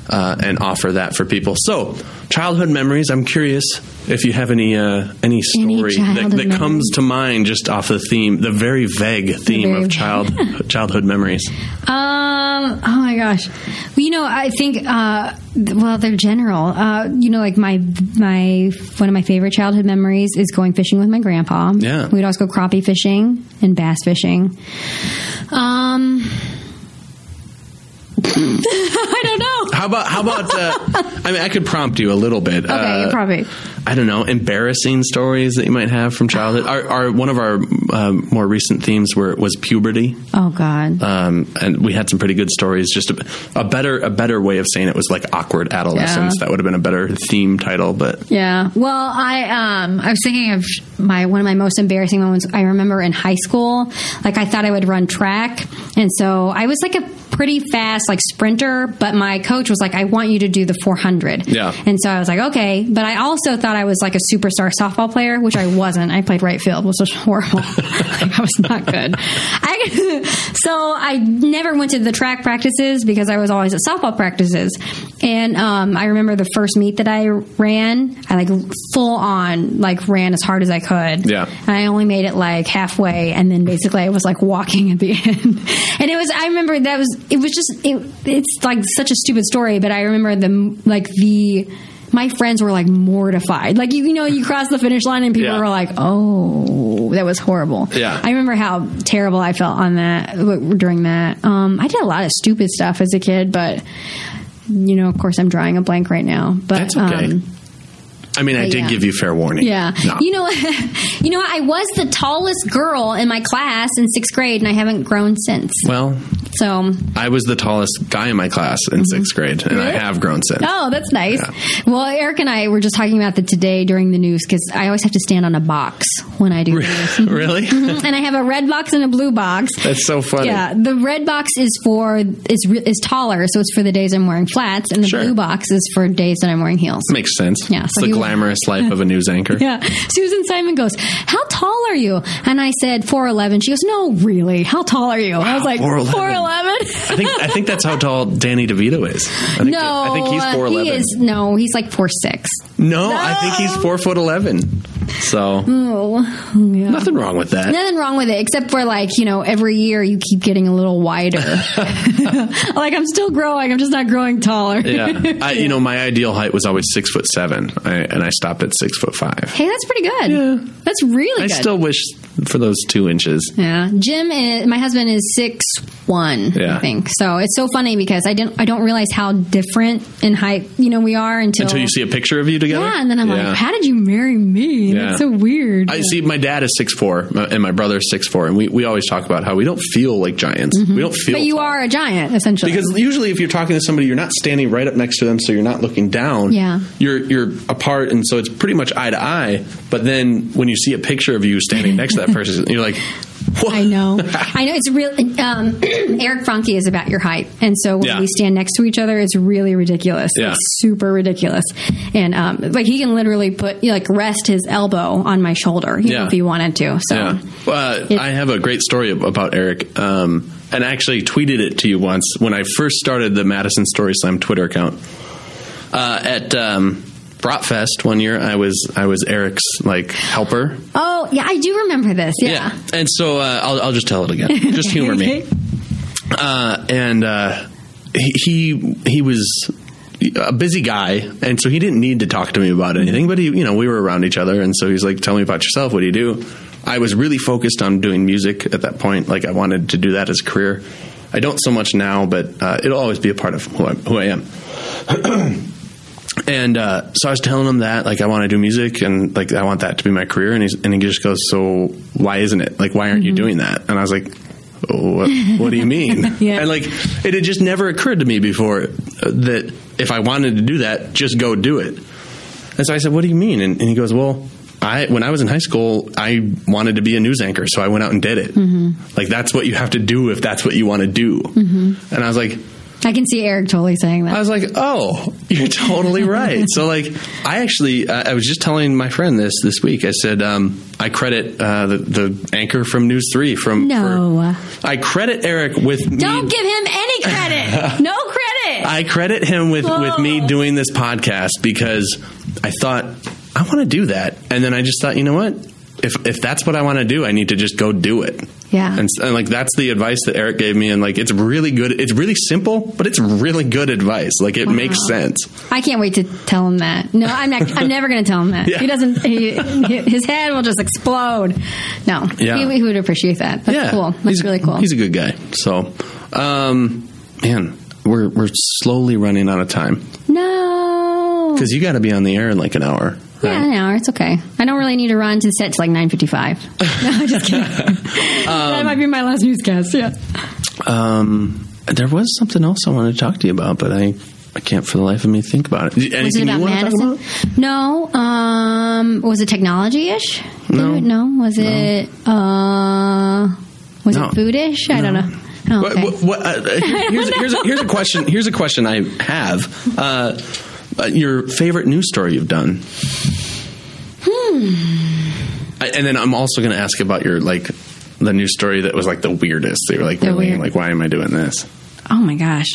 S2: uh, and offer that for people. So childhood memories. I'm curious if you have any uh, any
S3: Any
S2: story that,
S3: childhood
S2: that comes
S3: memories?
S2: to mind just off the theme, the very vague theme
S3: very
S2: of child childhood memories.
S3: Um. Oh my gosh. Well, you know, I think. Uh, th- well, they're general. Uh, you know, like my my one of my favorite childhood memories is going fishing with my grandpa.
S2: Yeah.
S3: We'd always go crappie fishing and bass fishing. Um. I don't know.
S2: How about how about? Uh, I mean, I could prompt you a little bit. uh,
S3: Okay, you probably.
S2: I don't know, embarrassing stories that you might have from childhood. Our, our one of our um, more recent themes were was puberty.
S3: Oh God.
S2: um, and we had some pretty good stories. Just a, a better a better way of saying it was like awkward adolescence.
S3: Yeah.
S2: That would have been a better theme title, but
S3: Yeah.
S4: Well, I um, I was thinking of
S3: my one of my most embarrassing moments I remember in high school. Like I thought I would run track, and so I was like a pretty fast like sprinter, but my coach was like, "I want you to do the 400."
S2: Yeah.
S3: And so I was like, "Okay," but I also thought I was like a superstar softball player, which I wasn't. I played right field, which was horrible. Like, I was not good. I, so I never went to the track practices because I was always at softball practices. And um, I remember the first meet that I ran, I like full on like ran as hard as I could.
S2: Yeah.
S3: And I only made it like halfway, and then basically I was like walking at the end. And it was I remember that was it was just it, it's like such a stupid story, but I remember the like the. My friends were like mortified. Like you, you know, you cross the finish line and people
S2: Yeah.
S3: were like, "Oh, that was horrible."
S2: Yeah.
S3: I remember how terrible I felt on that during that. Um, I did a lot of stupid stuff as a kid, but you know, of course, I'm drawing a blank right now. But
S2: that's okay.
S3: um,
S2: I mean, I
S3: but
S2: did
S3: yeah.
S2: give you fair warning.
S3: yeah,
S2: No.
S3: you know, you know, I was the tallest girl in my class in sixth grade, and I haven't grown since.
S2: Well,
S3: So,
S2: I was the tallest guy in my class in sixth grade, and I
S3: Mm-hmm. Really?
S2: have grown since.
S3: oh, that's nice.
S2: Yeah.
S3: Well, Eric and I were just talking about that today during the news because I always have to stand on a box when I do things. Mm-hmm.
S2: really?
S3: and I have a red box and a blue box.
S2: That's so funny.
S3: Yeah, the red box is for is re- is taller, so it's for the days I'm wearing flats, and the
S2: Sure.
S3: blue box is for days that I'm wearing heels.
S2: Makes sense.
S3: Yeah,
S2: it's
S3: so
S2: the
S3: you-
S2: glamorous life of a news anchor.
S3: Yeah, Susan Simon goes, "How tall are you?" And I said, 4'11". She goes, "No, really? How tall are you?" I was like,
S2: 4'11".
S3: 4'11".
S2: I think I think that's how tall Danny DeVito is. I think
S3: No,
S2: I think he's
S3: uh,
S2: four eleven.
S3: He is no, he's like four six.
S2: no, I think he's four foot eleven. So
S3: Oh, yeah.
S2: nothing wrong with that.
S3: Nothing wrong with it, except for like you know, every year you keep getting a little wider. like I'm still growing, I'm just not growing taller.
S2: yeah, I, you know, my ideal height was always six foot seven, I, and I stopped at six foot five.
S3: Hey, that's pretty good. That's really
S2: I
S3: good.
S2: still wish for those two inches.
S3: yeah. Jim is my husband is six one,
S2: Yeah.
S3: I think. So it's so funny because I didn't I don't realize how different in height, you know, we are until,
S2: Until you see a picture of you together,
S3: Yeah, and then I'm
S2: Yeah.
S3: like, How did you marry me?
S2: Yeah.
S3: That's so weird.
S2: I see. My dad is six four, and my brother's six four, and we, we always talk about how we don't feel like giants. We don't feel,
S3: Mm-hmm. but you
S2: tall.
S3: are a giant, essentially.
S2: because usually if you're talking to somebody, you're not standing right up next to them, so you're not looking down.
S3: Yeah.
S2: you're you're apart, and so it's pretty much eye to eye. But then when you see a picture of you standing next to that person, you're like, what?
S3: I know. I know. It's real. Um, Eric Franke is about your height, and so when
S2: Yeah.
S3: we stand next to each other, it's really ridiculous.
S2: Yeah.
S3: It's super ridiculous, and um, like he can literally put you know, like rest his elbow on my shoulder, you know,
S2: Yeah.
S3: if he wanted to. So
S2: Yeah. Uh,
S3: It-
S2: I have a great story ab- about Eric, um, and I actually tweeted it to you once when I first started the Madison Story Slam Twitter account. Uh, at um, Bratfest one year, I was I was Eric's like helper.
S3: Oh yeah, I do remember this. Yeah.
S2: And so uh, I'll, I'll just tell it again. Just humor me. Uh, and uh, he he- he was a busy guy, and so he didn't need to talk to me about anything. But he, you know, we were around each other, and so he's like, "Tell me about yourself. What do you do?" I was really focused on doing music at that point. Like I wanted to do that as a career. I don't so much now, but uh, it'll always be a part of who I, who I am. and uh, so I was telling him that like I want to do music and like I want that to be my career and he's, and he just goes so why isn't it like why aren't you doing that and I was like what, what do you mean
S3: Yeah.
S2: and like it had just never occurred to me before uh, that if I wanted to do that just go do it and so I said what do you mean and, and he goes well I when I was in high school I wanted to be a news anchor so I went out and did it like that's what you have to do if that's what you want to do and I was like
S3: I can see Eric totally saying that.
S2: I was like, "Oh, you're totally right." so, like, I actually, uh, I was just telling my friend this this week. I said, um, "I credit uh, the, the anchor from News Three from."
S3: No.
S2: for- I credit Eric with me.
S3: Don't give him any credit. no credit.
S2: I credit him with with me
S3: Whoa.
S2: doing this podcast because I thought I want to do that, and then I just thought, you know what? If if that's what I want to do, I need to just go do it.
S3: Yeah.
S2: and, s- and like that's the advice that Eric gave me, and like it's really good. It's really simple, but it's really good advice. Like it makes sense.
S3: I can't wait to tell him that. No, I'm not. I'm never going to tell him that.
S2: Yeah.
S3: He doesn't. He, his head will just explode. No,
S2: Yeah.
S3: he, he would appreciate that. That's cool. That's
S2: he's,
S3: really cool.
S2: He's a good guy. So, um, man, we're we're slowly running out of time
S3: no,
S2: because you got to be on the air in like an hour.
S3: yeah, an hour. It's okay. I don't really need to run to the set to like 9:55. No, I'm just kidding. that might be my last newscast. Yeah.
S2: Um, there was something else I wanted to talk to you about, but I I can't for the life of me think about it.
S3: Was it
S2: Anything
S3: about
S2: you want to talk
S3: Madison?
S2: about?
S3: No. Um, was it technology ish?
S2: No.
S3: No. Was it? Uh, was
S2: No.
S3: it foodish? I don't know. Oh,
S2: What,
S3: okay.
S2: what, what, uh, here's, here's, a, here's a question. Here's a question I have. Uh, uh, your favorite news story you've done. Hmm.
S3: Hmm.
S2: and then I'm also going to ask about your like the news story that was like the weirdest. They were like,
S3: The
S2: really?
S3: weird-
S2: like, why am I doing this?
S3: Oh my gosh.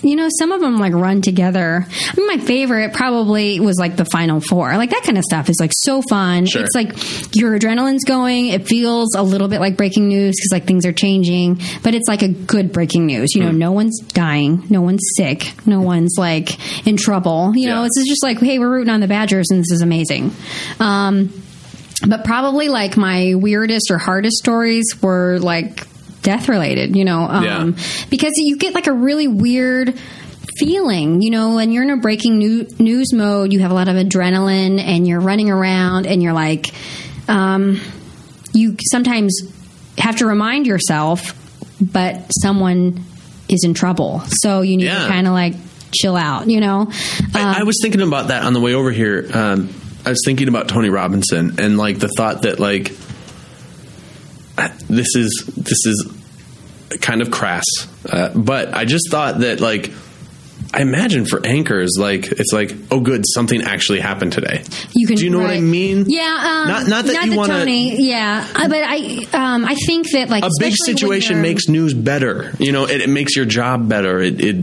S3: You know, some of them like run together. I mean, my favorite probably was like the final four. Like that kind of stuff is like so fun.
S2: Sure.
S3: It's like your adrenaline's going. It feels a little bit like breaking news because like things are changing, but it's like a good breaking news. You know,
S2: Hmm.
S3: no one's dying, no one's sick, no one's like in trouble. You know,
S2: Yeah.
S3: it's just like, hey, we're rooting on the Badgers and this is amazing. Um, but probably like my weirdest or hardest stories were like death related, you know, um,
S2: Yeah.
S3: because you get like a really weird feeling, you know, when you're in a breaking new- news mode, you have a lot of adrenaline and you're running around and you're like, um, you sometimes have to remind yourself, but someone is in trouble. So you need
S2: Yeah.
S3: to kind of like chill out, you know? Um,
S2: I, I was thinking about that on the way over here. Um, I was thinking about Tony Robinson and like the thought that like this is this is kind of crass, uh, but I just thought that like I imagine for anchors like it's like oh good something actually happened today.
S3: you can.
S2: Do you know what I
S3: right.
S2: mean?
S3: Yeah. Um,
S2: Not- not that you wanna-
S3: Tony. Yeah, uh, but I um, I think that like
S2: A big
S3: especially when
S2: situation
S3: you're-
S2: makes news better. You know, it, it makes your job better. It, it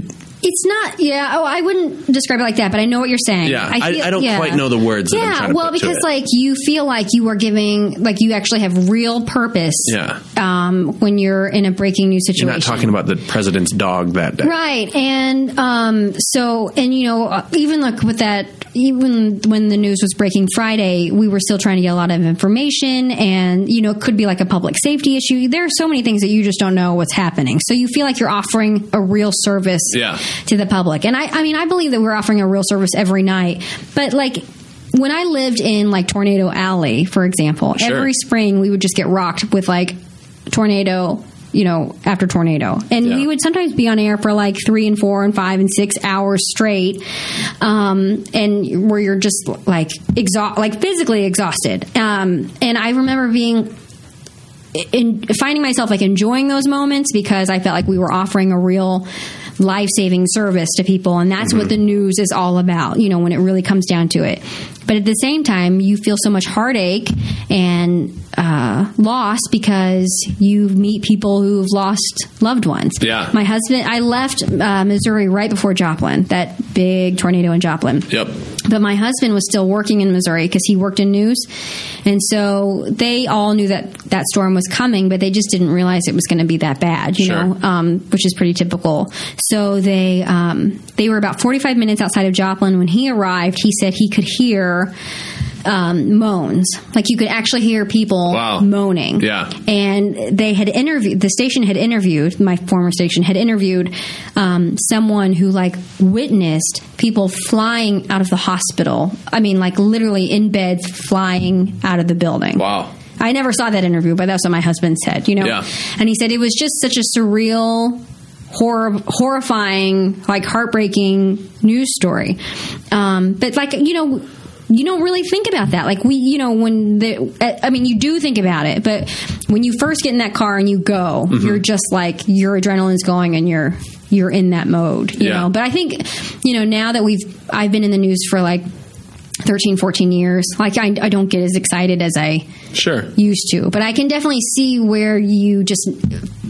S3: It's not. Yeah. Oh, I wouldn't describe it like that, but I know what you're saying.
S2: Yeah, I- I don't
S3: yeah.
S2: quite know the words that
S3: Yeah.
S2: I'm trying to
S3: well,
S2: put to
S3: because
S2: it.
S3: like you feel like you are giving, like you actually have real purpose.
S2: Yeah.
S3: Um, when you're in a breaking news situation,
S2: you're not talking about the president's dog that day.
S3: Right, and um, so, and you know, uh, even like with that, even when the news was breaking Friday, we were still trying to get a lot of information, and you know, it could be like a public safety issue. There are so many things that you just don't know what's happening, so you feel like you're offering a real service
S2: Yeah.
S3: to the public. And I, I mean, I believe that we're offering a real service every night, but like. When I lived in like Tornado Alley, for example,
S2: Sure.
S3: every spring we would just get rocked with like tornado, you know, after tornado. And
S2: Yeah.
S3: we would sometimes be on air for like three and four and five and six hours straight, um, and where you're just like exhaust, like physically exhausted. Um, and I remember being in finding myself like enjoying those moments because I felt like we were offering a real life-saving service to people and that's what the news is all about, you know, when it really comes down to it. But at the same time, you feel so much heartache and uh, loss because you meet people who've lost loved ones.
S2: Yeah.
S3: My husband, I left uh, Missouri right before Joplin, that big tornado in Joplin.
S2: Yep.
S3: But my husband was still working in Missouri because he worked in news. And so they all knew that that storm was coming, but they just didn't realize it was going to be that bad, you
S2: Sure.
S3: know, um, which is pretty typical. So they um, they were about 45 minutes outside of Joplin. When he arrived, he said he could hear um, moans. Like you could actually hear people
S2: Wow.
S3: moaning.
S2: Yeah.
S3: And they had interviewed, the station had interviewed, my former station had interviewed um, someone who like witnessed people flying out of the hospital. I mean, like literally in beds flying out of the building.
S2: Wow.
S3: I never saw that interview, but that's what my husband said, you know?
S2: Yeah.
S3: And he said it was just such a surreal, horror, horrifying, like heartbreaking news story. Um, but like, you know, you don't really think about that. Like we, you know, when the, uh, I- I mean, you do think about it, but when you first get in that car and you go,
S2: Mm-hmm.
S3: you're just like, your adrenaline's going and you're, you're in that mode, you
S2: Yeah.
S3: know? But I think, you know, now that we've, I've been in the news for like, 13 14 years like I, I don't get as excited as i
S2: Sure.
S3: used to. But I can definitely see where you just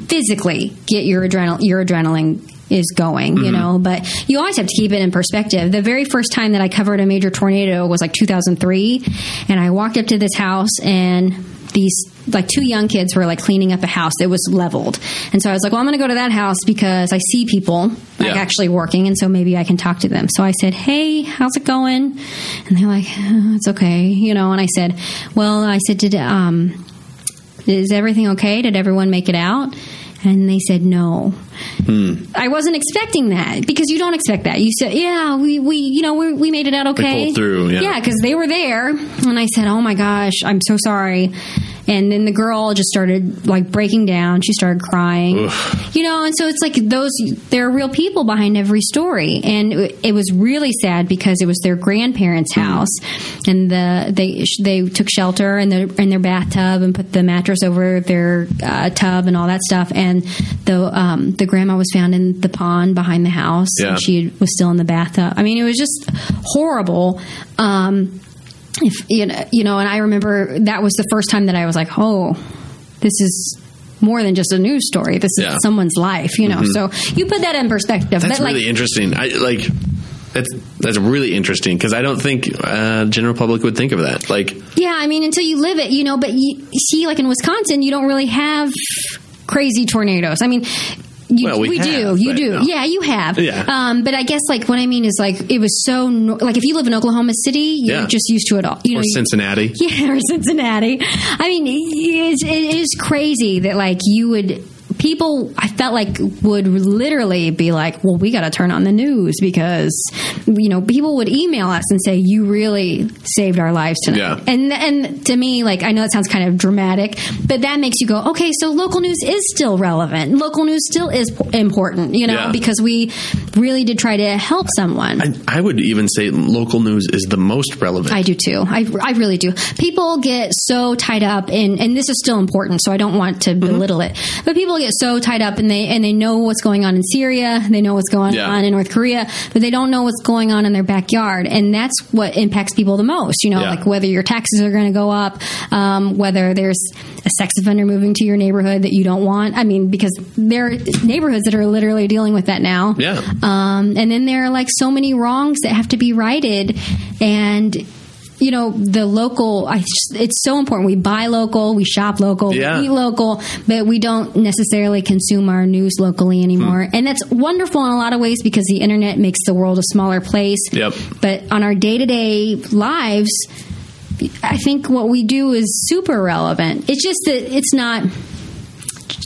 S3: physically get your adrenal your adrenaline is going, you know. But you always have to keep it in perspective. The very first time that I covered a major tornado was like 2003, and I walked up to this house and these like two young kids were like cleaning up a house that was leveled and so i was like well i'm going to go to that house because i see people like
S2: Yeah.
S3: actually working and so maybe i can talk to them so i said hey how's it going and they're like "Uh, it's okay you know and i said well i said did um is everything okay did everyone make it out and they said no
S2: Hmm.
S3: i wasn't expecting that because you don't expect that you said yeah we, we you know we, we made it out okay
S2: pulled through, yeah.
S3: yeah because they were there and i said oh my gosh i'm so sorry and then the girl just started like breaking down she started crying you know and so it's like those there are real people behind every story and it, it was really sad because it was their grandparents house and the they they took shelter in their in their bathtub and put the mattress over their uh, tub and all that stuff and the um, the grandma was found in the pond behind the house
S2: Yeah.
S3: and she was still in the bathtub. I mean, it was just horrible. Um, if you know, you know, and I remember that was the first time that I was like, "Oh, this is more than just a news story. This is
S2: Yeah. Mm-hmm.
S3: someone's life." You know, so you put that in perspective.
S2: That's
S3: but like,
S2: really interesting. I like that's that's really interesting because I don't think uh, general public would think of that. Like,
S3: yeah, I mean, until you live it, you know. But you see, like in Wisconsin, you don't really have crazy tornadoes. I mean. You,
S2: Well, we
S3: do.
S2: have,
S3: You
S2: but
S3: do.
S2: no.
S3: Yeah, you have.
S2: Yeah.
S3: Um, but I guess like what I mean is like it was so no- like if you live in Oklahoma City, you're
S2: Yeah.
S3: just used to it all. You
S2: or
S3: know, you-
S2: Cincinnati.
S3: yeah, or Cincinnati. I mean, it's, it is crazy that like you would people. I felt like would literally be like, "Well, we got to turn on the news because you know people would email us and say you really saved our lives tonight."
S2: Yeah.
S3: And and to me, like I know it sounds kind of dramatic, but that makes you go, "Okay, so local news is still relevant. Local news still is important, you know,
S2: Yeah.
S3: because we really did try to help someone."
S2: And I would even say local news is the most relevant.
S3: I do too. I, I really do. People get so tied up in, and this is still important, so I don't want
S2: Mm-hmm.
S3: to belittle it. But people get so tied up, and they and they know what's going on in Syria, they know what's going
S2: Yeah.
S3: on in North Korea, but they don't know what's going on in their backyard, and that's what impacts people the most. You know,
S2: Yeah.
S3: like whether your taxes are going to go up, um, whether there's a sex offender moving to your neighborhood that you don't want. I mean, because there are neighborhoods that are literally dealing with that now.
S2: Yeah.
S3: Um, and then there are like so many wrongs that have to be righted. And, you know, the local, I, it's so important. We buy local, we shop local,
S2: Yeah.
S3: we eat local, but we don't necessarily consume our news locally anymore.
S2: Hmm.
S3: And that's wonderful in a lot of ways because the internet makes the world a smaller place.
S2: Yep.
S3: But on our day to day lives, I think what we do is super relevant. It's just that it's not.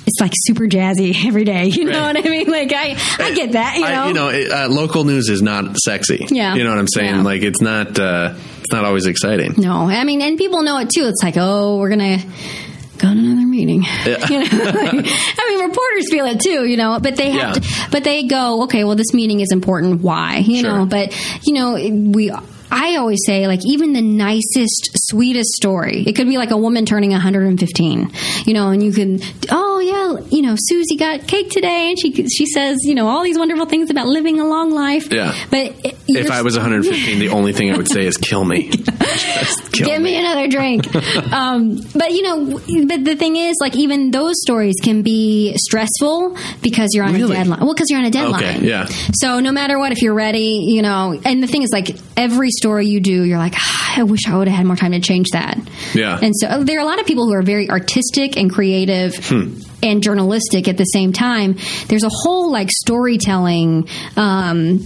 S3: It's like super jazzy every day. You know
S2: Right.
S3: what I mean? Like I, I get that. You know,
S2: I, you know it, uh, local news is not sexy.
S3: Yeah.
S2: you know what I'm saying.
S3: Yeah.
S2: Like, it's not uh, it's not always exciting.
S3: No, I mean, and people know it too. It's like, oh, we're gonna go to another meeting. You know? I mean, reporters feel it too, you know. But they have,
S2: Yeah.
S3: to, but they go, okay, well, this meeting is important. Why, you
S2: Sure.
S3: know? But you know, we. I always say, like, even the nicest, sweetest story, it could be like a woman turning 115, you know, and you can, oh, yeah, you know, Susie got cake today, and she she says, you know, all these wonderful things about living a long life.
S2: Yeah.
S3: But
S2: If I was 115, the only thing I would say is kill me. Just kill
S3: Give me another drink. um, but you know, w- but the thing is, like, even those stories can be stressful because you're on
S2: Really?
S3: a deadline. Well, because you're on a deadline.
S2: yeah.
S3: So no matter what, if you're ready, you know. And the thing is, like, every story you do, you're like, "Ah, I wish I would have had more time to change that.
S2: Yeah.
S3: And so uh, there are a lot of people who are very artistic and creative.
S2: Hmm.
S3: And journalistic at the same time. There's a whole like storytelling um,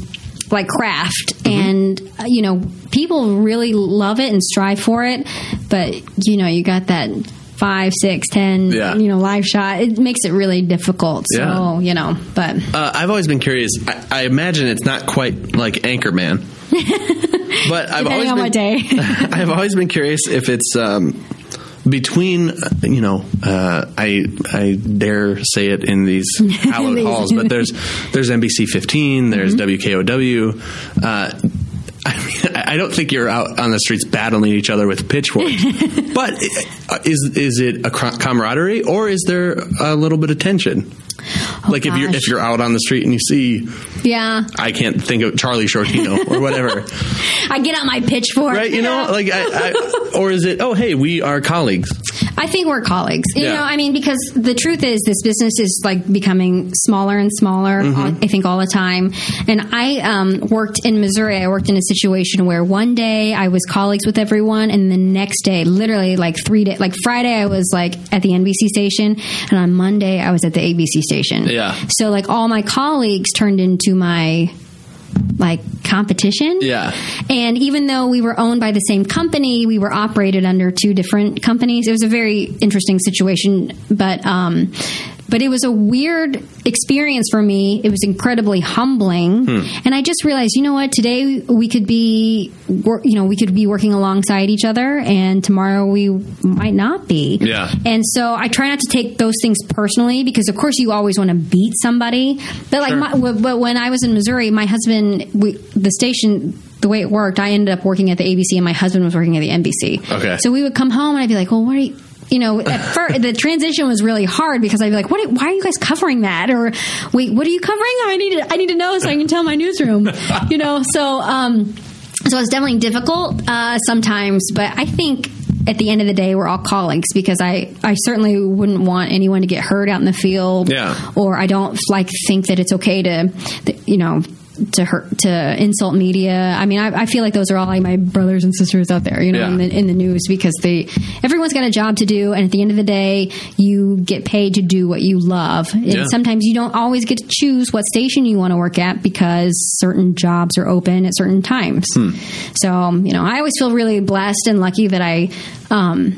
S3: like craft
S2: Mm-hmm.
S3: and uh, you know people really love it and strive for it but you know you got that five six ten
S2: Yeah.
S3: you know live shot it makes it really difficult so
S2: Yeah.
S3: you know but
S2: Uh, I've always been curious. I, I imagine it's not quite like Anchorman, but I've always
S3: depending on
S2: been,
S3: what day
S2: I've always been curious if it's um, between uh, you know uh, I I dare say it in these hallowed
S3: These-
S2: halls, but there's there's NBC 15, there's WKOW. Uh, I mean, I I don't think you're out on the streets battling each other with pitchforks, but i- is is it a cr- camaraderie or is there a little bit of tension? like if you're
S3: gosh.
S2: if you're out on the street and you see
S3: yeah
S2: I can't think of Charlie Shortino or whatever.
S3: i get out my pitchfork
S2: right? You
S3: Yeah.
S2: know, like, I, I, or is it? Oh, hey, we are colleagues.
S3: I think we're colleagues. You
S2: Yeah.
S3: know, I mean, because the truth is, this business is like becoming smaller and smaller.
S2: Mm-hmm.
S3: all- I think all the time. And I um, worked in Missouri. I worked in a situation where one day I was colleagues with everyone, and the next day, literally like three days, like Friday, I was like at the NBC station, and on Monday I was at the ABC station.
S2: Yeah.
S3: So like all my colleagues turned into my like competition.
S2: Yeah.
S3: And even though we were owned by the same company, we were operated under two different companies. It was a very interesting situation, but um, but it was a weird experience for me. It was incredibly humbling, and I just realized, you know what? Today we could be, wor- you know, we could be working alongside each other, and tomorrow we might not be.
S2: Yeah.
S3: And so I try not to take those things personally because, of course, you always want to beat somebody. But like, my, w- but when I was in Missouri, my husband, we, the station, the way it worked, I ended up working at the ABC, and my husband was working at the NBC.
S2: Okay.
S3: So we would come home, and I'd be like, "Well, what are you?" You know, at first, the transition was really hard because I'd be like, "What? are- Why are you guys covering that?" Or, "Wait, what are you covering? I need to, I need to know so I can tell my newsroom." you know, so um, so it's definitely difficult uh, sometimes, but I think at the end of the day, we're all colleagues because I, I certainly wouldn't want anyone to get hurt out in the field.
S2: Yeah.
S3: Or I don't like think that it's okay to, that, you know, to hurt to insult media. I mean, I, I feel like those are all like my brothers and sisters out there, you know,
S2: Yeah.
S3: in, the, in the news because they everyone's got a job to do, and at the end of the day, you get paid to do what you love. And
S2: Yeah.
S3: sometimes you don't always get to choose what station you want to work at because certain jobs are open at certain times. So um, you know, I always feel really blessed and lucky that I. Um,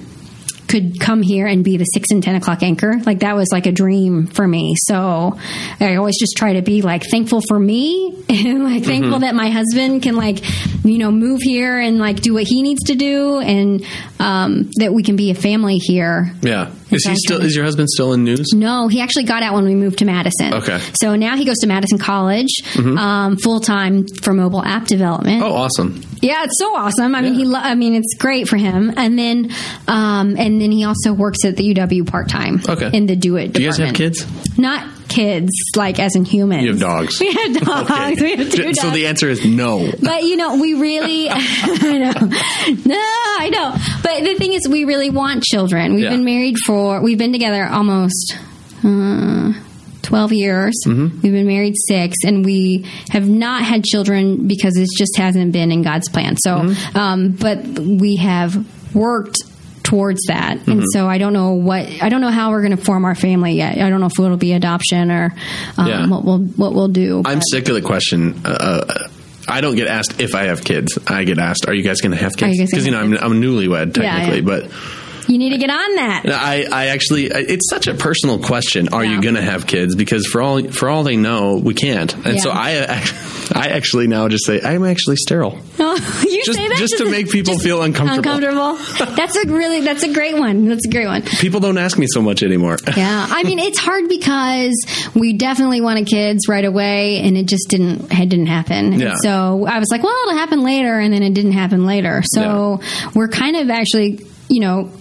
S3: could come here and be the six and ten o'clock anchor. Like that was like a dream for me. So I always just try to be like thankful for me and like thankful
S2: Mm-hmm.
S3: that my husband can like you know move here and like do what he needs to do and um, that we can be a family here.
S2: Yeah. Is he
S3: Exactly.
S2: still? Is your husband still in news?
S3: No, he actually got out when we moved to Madison.
S2: Okay. Mm-hmm.
S3: So now he goes to Madison College um, full time for mobile app development.
S2: Oh, awesome.
S3: Yeah, it's so awesome. I mean,
S2: Yeah.
S3: he. Lo- I mean, it's great for him. And then, um, and then he also works at the UW part time.
S2: Okay.
S3: In the do it.
S2: Do you guys have kids?
S3: Not kids, like as in humans.
S2: You have dogs.
S3: We have dogs. We have two
S2: J-
S3: dogs.
S2: So the answer is no.
S3: but you know, we really. I know. No, I know. But the thing is, we really want children. We've
S2: Yeah.
S3: been married for. We've been together almost. Uh, 12 years.
S2: Mm-hmm.
S3: We've been married six, and we have not had children because it just hasn't been in God's plan. So,
S2: Mm-hmm.
S3: um, but we have worked towards that.
S2: Mm-hmm.
S3: And so I don't know what, I don't know how we're going to form our family yet. I don't know if it'll be adoption or um,
S2: Yeah.
S3: what we'll, what we'll do.
S2: I'm sick of the question. Uh, Uh, I don't get asked if I have kids. I get asked, "Are you guys going to have
S3: Are
S2: kids?"
S3: you guys
S2: Because you know
S3: gonna
S2: I'm, I'm newlywed
S3: Yeah, yeah.
S2: technically,
S3: you need to get on that.
S2: but I, I actually I- it's such a personal question. Are you
S3: Yeah.
S2: going to have kids? Because for all for all they know, we can't. And so
S3: Yeah.
S2: I I actually now just say I'm actually sterile.
S3: No, you
S2: Just-
S3: say that
S2: just to make people feel uncomfortable.
S3: Uncomfortable. That's a really that's a great one. That's a great one.
S2: People don't ask me so much anymore.
S3: Yeah, I mean it's hard because we definitely wanted kids right away, and it just didn't it didn't happen. And
S2: Yeah.
S3: So I was like, well, it'll happen later, and then it didn't happen later. So we're kind of actually, you know,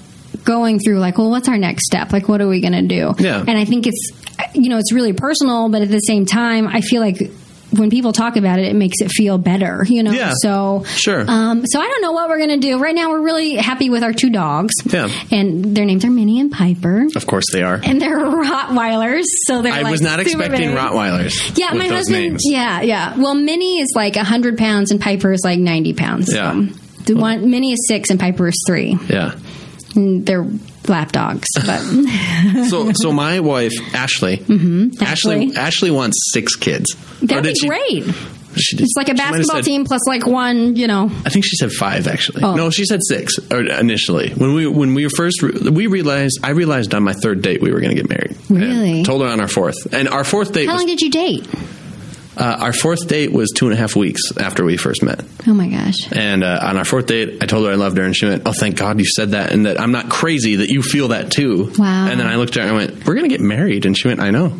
S3: going through like, well, what's our next step? Like, what are we going to do?
S2: Yeah.
S3: And I think it's you know it's really personal, but at the same time, I feel like. When people talk about it, it makes it feel better, you know.
S2: Yeah.
S3: So
S2: Sure.
S3: Um, so I don't know what we're gonna do right now. We're really happy with our two dogs.
S2: Yeah.
S3: And their names are Minnie and Piper
S2: Of course they are.
S3: and they're Rottweilers, so they're.
S2: I
S3: like
S2: was not
S3: super
S2: expecting
S3: big.
S2: Rottweilers.
S3: Yeah,
S2: with
S3: my
S2: those
S3: husband.
S2: Names.
S3: Yeah, yeah. Well, Minnie is like hundred pounds, and Piper is like ninety pounds.
S2: Yeah.
S3: So the one Minnie is six, and Piper is three.
S2: Yeah.
S3: And they're lap dogs, but
S2: So, so my wife Ashley, Ashley,
S3: Mm-hmm. Ashley.
S2: Ashley wants six kids. Or
S3: that'd
S2: Oh, did
S3: be
S2: she-
S3: great.
S2: She did,
S3: It's like a
S2: she might have
S3: basketball
S2: said-
S3: team plus like one, you know.
S2: I think she said five actually.
S3: Oh.
S2: No, she said six or initially. When we when we were first re- we realized I realized on my third date we were going to get married.
S3: Really?
S2: And told her on our fourth, and our fourth date
S3: How
S2: was
S3: long did you date?
S2: uh, our fourth date was two and a half weeks after we first met.
S3: Oh my gosh.
S2: And uh, on our fourth date, I told her I loved her, and she went, "Oh, thank God you said that, and that I'm not crazy that you feel that too."
S3: Wow.
S2: And then I looked at her and I went, "We're gonna get married," and she went, "I know."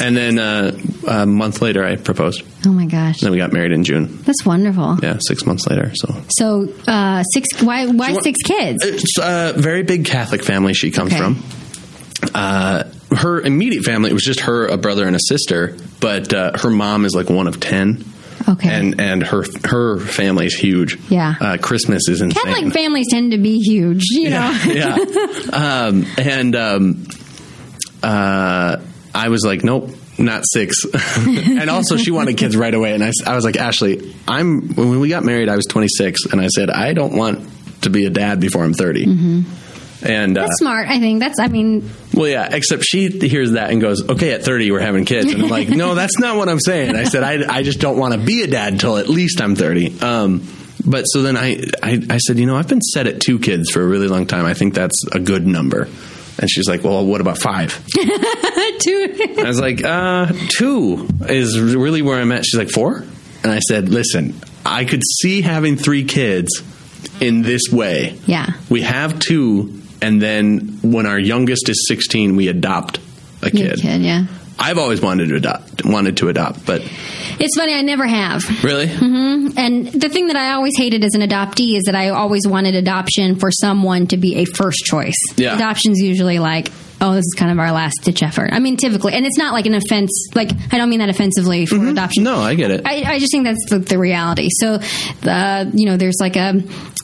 S2: and then uh, a month later, I proposed.
S3: Oh my gosh.
S2: Then we got married in June.
S3: That's wonderful.
S2: Yeah, six months later. So
S3: So uh, six. Why? Why six kids?
S2: It's a very big Catholic family she comes
S3: Okay.
S2: from. Uh, her immediate family it was just her, a brother, and a sister. But uh, her mom is like one of ten.
S3: Okay.
S2: And and her her family is huge.
S3: Yeah.
S2: Uh, Christmas is insane.
S3: Catholic families tend to be huge. You know.
S2: yeah. Um, and um, uh, I was like, nope, not six. and also, she wanted kids right away. And I, s- I was like, Ashley, I'm when we got married, I was 26, and I said, I don't want to be a dad before I'm 30. And uh,
S3: Mm-hmm. That's smart. I think that's. I mean,
S2: well, yeah. Except she hears that and goes, "Okay, at 30, we're having kids." And I'm like, "No, that's not what I'm saying." I said, "I, I just don't want to be a dad until at least I'm 30." Um, but so then I, I I said, "You know, I've been set at two kids for a really long time. I think that's a good number." And she's like, "Well, what about five?
S3: two.
S2: I was like, uh, two is really where I'm at. She's like, four? And I said, listen, I could see having three kids in this way.
S3: Yeah.
S2: We have two, and then when our youngest is 16, we adopt a
S3: Your
S2: kid.
S3: kid. Yeah.
S2: I've always wanted to adopt, wanted to adopt, but
S3: It's funny. I never have.
S2: really,
S3: Mm-hmm. And the thing that I always hated as an adoptee is that I always wanted adoption for someone to be a first choice.
S2: Yeah.
S3: Adoption's usually like, oh, this is kind of our last ditch effort. I mean, typically, and it's not like an offense. Like, I don't mean that offensively for
S2: Mm-hmm.
S3: adoption.
S2: no, I get it.
S3: I, I just think that's the, the reality. So, uh, you know, there's like a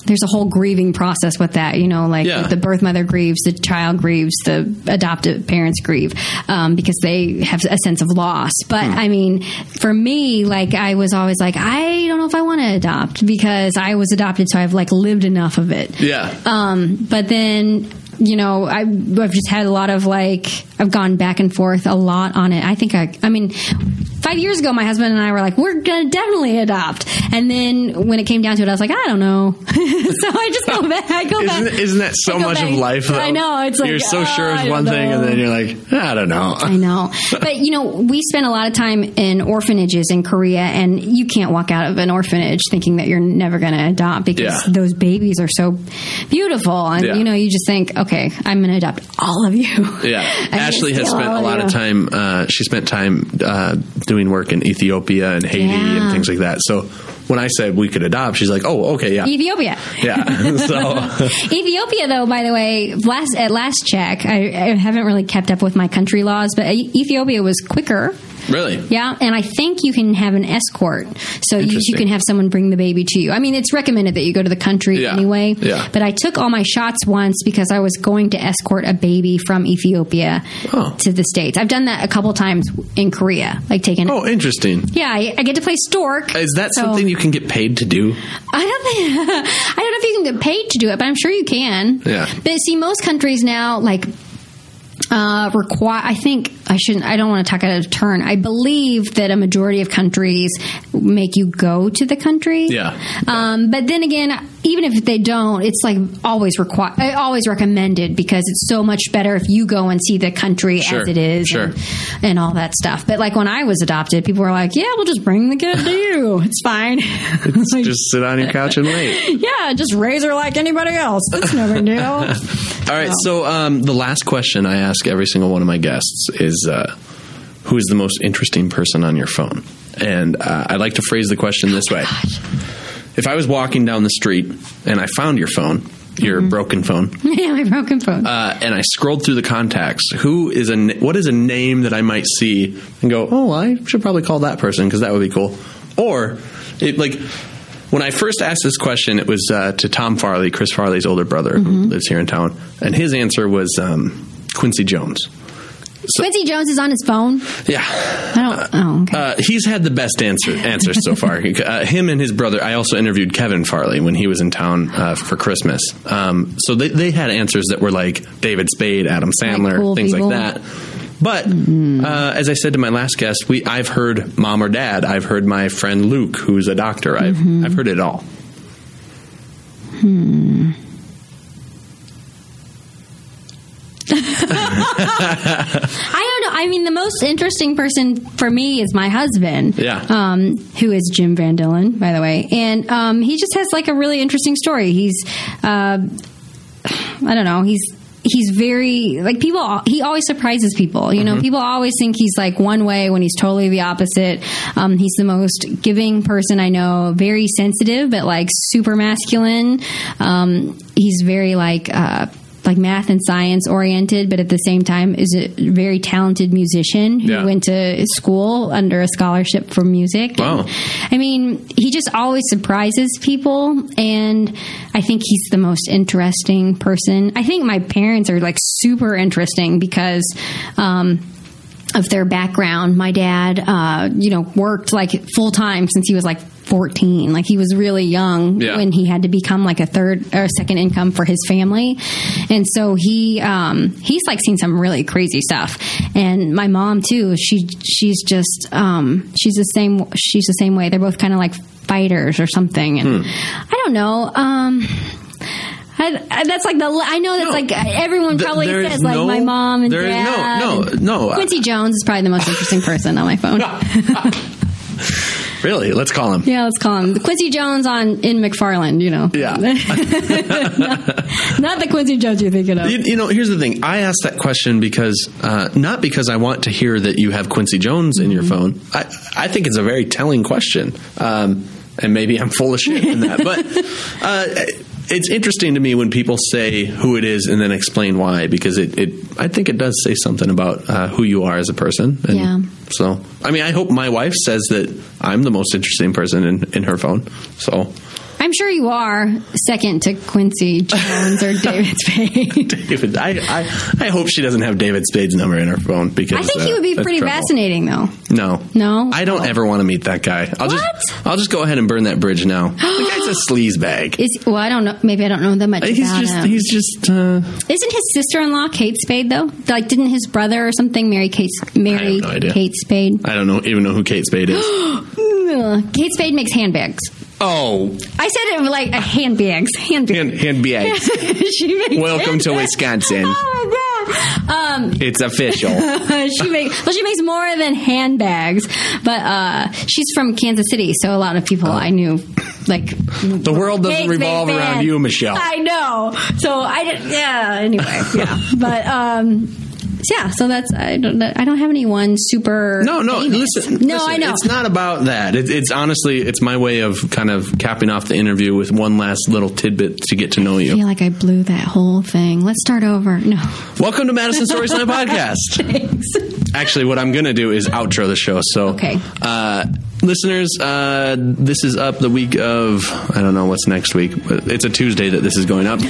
S3: there's a whole grieving process with that. You know, like
S2: Yeah.
S3: the birth mother grieves, the child grieves, the adoptive parents grieve um, because they have a sense of loss. But I mean, for me, like I was always like, I don't know if I want to adopt because I was adopted, so I've like lived enough of it.
S2: yeah,
S3: Um, but then, you know, I, I've just had a lot of like, I've gone back and forth a lot on it. I think I, I mean, five years ago, my husband and I were like, we're going to definitely adopt. And then when it came down to it, I was like, I don't know. so I just go back. I go
S2: isn't,
S3: back.
S2: isn't that
S3: I
S2: so
S3: go
S2: much
S3: back.
S2: of life?
S3: I know. It's like
S2: you're so
S3: uh,
S2: sure
S3: I
S2: of
S3: don't
S2: one thing, and
S3: know.
S2: then you're like, I don't know.
S3: I know. But, you know, we spent a lot of time in orphanages in Korea, and you can't walk out of an orphanage thinking that you're never going to adopt because
S2: Yeah.
S3: those babies are so beautiful. And,
S2: Yeah.
S3: you know, you just think, okay, I'm going to adopt all of you.
S2: Yeah,
S3: I'm gonna
S2: Ashley has
S3: steal
S2: spent
S3: all
S2: a lot of
S3: you.
S2: time. Uh, she spent time uh, doing work in Ethiopia and Haiti
S3: Yeah.
S2: and things like that. So when I said we could adopt, she's like, "Oh, okay, yeah,
S3: Ethiopia.
S2: yeah." so
S3: Ethiopia, though, by the way, last at last check, I, I haven't really kept up with my country laws, but E-, Ethiopia was quicker.
S2: really,
S3: Yeah, and I think you can have an escort, so you, you
S2: Interesting.
S3: can have someone bring the baby to you. I mean, it's recommended that you go to the country
S2: Yeah,
S3: anyway.
S2: yeah.
S3: But I took all my shots once because I was going to escort a baby from Ethiopia
S2: Oh.
S3: to the states. I've done that a couple times in Korea, like taking.
S2: Oh, interesting.
S3: Yeah, I, I get to play stork.
S2: Is that
S3: so-
S2: something you can get paid to do?
S3: I don't think I don't know if you can get paid to do it, but I'm sure you can.
S2: Yeah.
S3: But see, most countries now like uh, require. I think I shouldn't. I don't want to talk out of turn. I believe that a majority of countries make you go to the country.
S2: Yeah.
S3: Um, but then again, even if they don't, it's like always require, always recommended because it's so much better if you go and see the country
S2: Sure,
S3: as it is,
S2: sure.
S3: and, and all that stuff. But like when I was adopted, people were like, "Yeah, we'll just bring the kid to you. It's fine." Like,
S2: Just sit on your couch and wait.
S3: yeah, just raise her like anybody else. That's no big deal.
S2: All right. So um, the last question I ask every single one of my guests is, uh, "Who is the most interesting person on your phone?" And uh, I like to phrase the question this way: If I was walking down the street and I found your phone, your broken phone,
S3: yeah, my broken phone.
S2: uh, and I scrolled through the contacts, who is a n- what is a name that I might see and go, "Oh, I should probably call that person because that would be cool," or it like. When I first asked this question, it was uh, to Tom Farley, Chris Farley's older brother who lives here in town, and his answer was um, Quincy Jones.
S3: Quincy Jones is on his phone.
S2: Yeah,
S3: I don't. Oh, okay.
S2: uh, he's had the best answer answers so far. Uh, him and his brother. I also interviewed Kevin Farley when he was in town uh, for Christmas. Um, so they, they had answers that were like David Spade, Adam Sandler,
S3: cool
S2: things
S3: people.
S2: like that. But uh, as I said to my last guest, we I've heard mom or dad. I've heard my friend Luke, who's a doctor. I've
S3: Mm-hmm.
S2: I've heard it all.
S3: I don't know. I mean, the most interesting person for me is my husband.
S2: Yeah.
S3: Um, who is Jim Van Dillen, by the way, and um, he just has like a really interesting story. He's, uh, I don't know. He's he's very like people. al- He always surprises people. You know, people always think he's like one way when he's totally the opposite. Um, he's the most giving person I know. Very sensitive, but like super masculine. Um, he's very like. Uh, like math and science oriented, but at the same time is a very talented musician who
S2: Yeah.
S3: went to school under a scholarship for music.
S2: Wow.
S3: And, I mean, he just always surprises people, and I think he's the most interesting person. I think my parents are like super interesting because. Um, of their background, my dad, uh, you know, worked like full time since he was like 14. Like he was really young
S2: Yeah.
S3: when he had to become like a third or second income for his family. And so he um he's like seen some really crazy stuff. And my mom too, she she's just um she's the same she's the same way. They're both kind of like fighters or something. And
S2: Hmm.
S3: I don't know. Um I, I- that's like the le- I know that's
S2: No.
S3: like everyone
S2: Th-
S3: probably
S2: there is
S3: says like
S2: no-
S3: my mom and
S2: there is- no,
S3: dad.
S2: no,
S3: and-
S2: no, uh,
S3: Quincy Jones is probably the most interesting person on my phone.
S2: Really, let's call him.
S3: Yeah, let's call him Quincy Jones on in McFarland. You know,
S2: Yeah.
S3: not, not the Quincy Jones you're thinking of.
S2: You, you know, here's the thing. I asked that question because uh, not because I want to hear that you have Quincy Jones in your phone. I I think it's a very telling question, um, and maybe I'm full of shit in that. But uh, it's interesting to me when people say who it is and then explain why, because it, it I think it does say something about uh, who you are as a person. And
S3: Yeah.
S2: So I mean, I hope my wife says that I'm the most interesting person in, in her phone. So
S3: I'm sure you are second to Quincy Jones or David Spade.
S2: David, I, I I hope she doesn't have David Spade's number in her phone because
S3: I think
S2: uh,
S3: he would be
S2: that's
S3: pretty
S2: trouble.
S3: fascinating, though.
S2: No,
S3: No?
S2: I don't ever want to meet that guy. I'll
S3: What?
S2: just I'll just go ahead and burn that bridge now. the guy's a sleaze bag.
S3: Is well, I don't know. Maybe I don't know that much
S2: He's
S3: about
S2: just
S3: him.
S2: he's just uh,
S3: Isn't his sister-in-law Kate Spade though? Like, didn't his brother or something marry Kate? Marry
S2: no idea.
S3: Kate Spade.
S2: I don't know even know who Kate Spade is.
S3: Ugh. Kate Spade makes handbags.
S2: oh,
S3: I said it like a handbags,
S2: hand
S3: handbags.
S2: hand BA.
S3: she makes
S2: Welcome to
S3: handbags.
S2: Wisconsin.
S3: Oh my god. Um,
S2: it's official.
S3: she makes well, she makes more than handbags, but uh, she's from Kansas City, so a lot of people I knew like the
S2: Oh. world doesn't revolve around you, Michelle.
S3: I know, so I did, yeah. Anyway, yeah, but um, so yeah. So that's I don't I don't have anyone super.
S2: No, no.
S3: famous.
S2: Listen,
S3: no,
S2: listen,
S3: I know.
S2: It's not about that. It, it's honestly, it's my way of kind of capping off the interview with one last little tidbit to get to know
S3: I
S2: you.
S3: feel like I blew that whole thing. Let's start over. No,
S2: Welcome to Madison Storyslam Podcast.
S3: thanks.
S2: Actually, what I'm going to do is outro the show. So,
S3: Okay.
S2: uh, listeners, uh, this is up the week of I don't know what's next week. But it's a Tuesday that this is going up,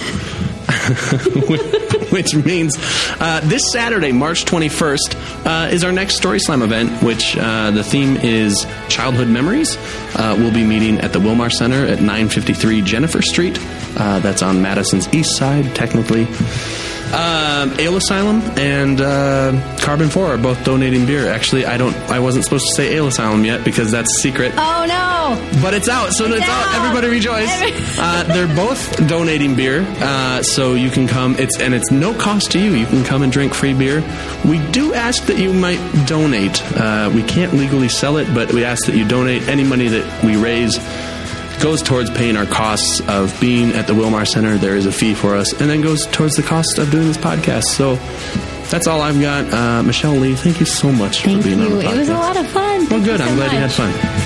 S2: which means uh, this Saturday, March 21st, uh, is our next Story Slam event. Which uh, the theme is childhood memories. Uh, we'll be meeting at the Wilmar Center at 953 Jennifer Street. Uh, that's on Madison's east side, technically. Um, Ale Asylum and uh, Carbon Four are both donating beer. Actually, I don't. I wasn't supposed to say Ale Asylum yet because that's secret.
S3: Oh no.
S2: But it's out, so it's,
S3: It's
S2: out.
S3: out.
S2: Everybody rejoice.
S3: Every-
S2: uh, they're both donating beer, uh, so you can come. It's and it's no cost to you. You can come and drink free beer. We do ask that you might donate. Uh, we can't legally sell it, but we ask that you donate any money that we raise. Goes towards paying our costs of being at the Wilmar Center. There is a fee for us, and then goes towards the cost of doing this podcast. So that's all I've got. Uh, Michelle Lee, thank you so much
S3: Thank
S2: for being on
S3: you.
S2: the podcast.
S3: It was a lot of fun.
S2: Well,
S3: Thank you
S2: good.
S3: so
S2: I'm glad you had
S3: much.
S2: fun.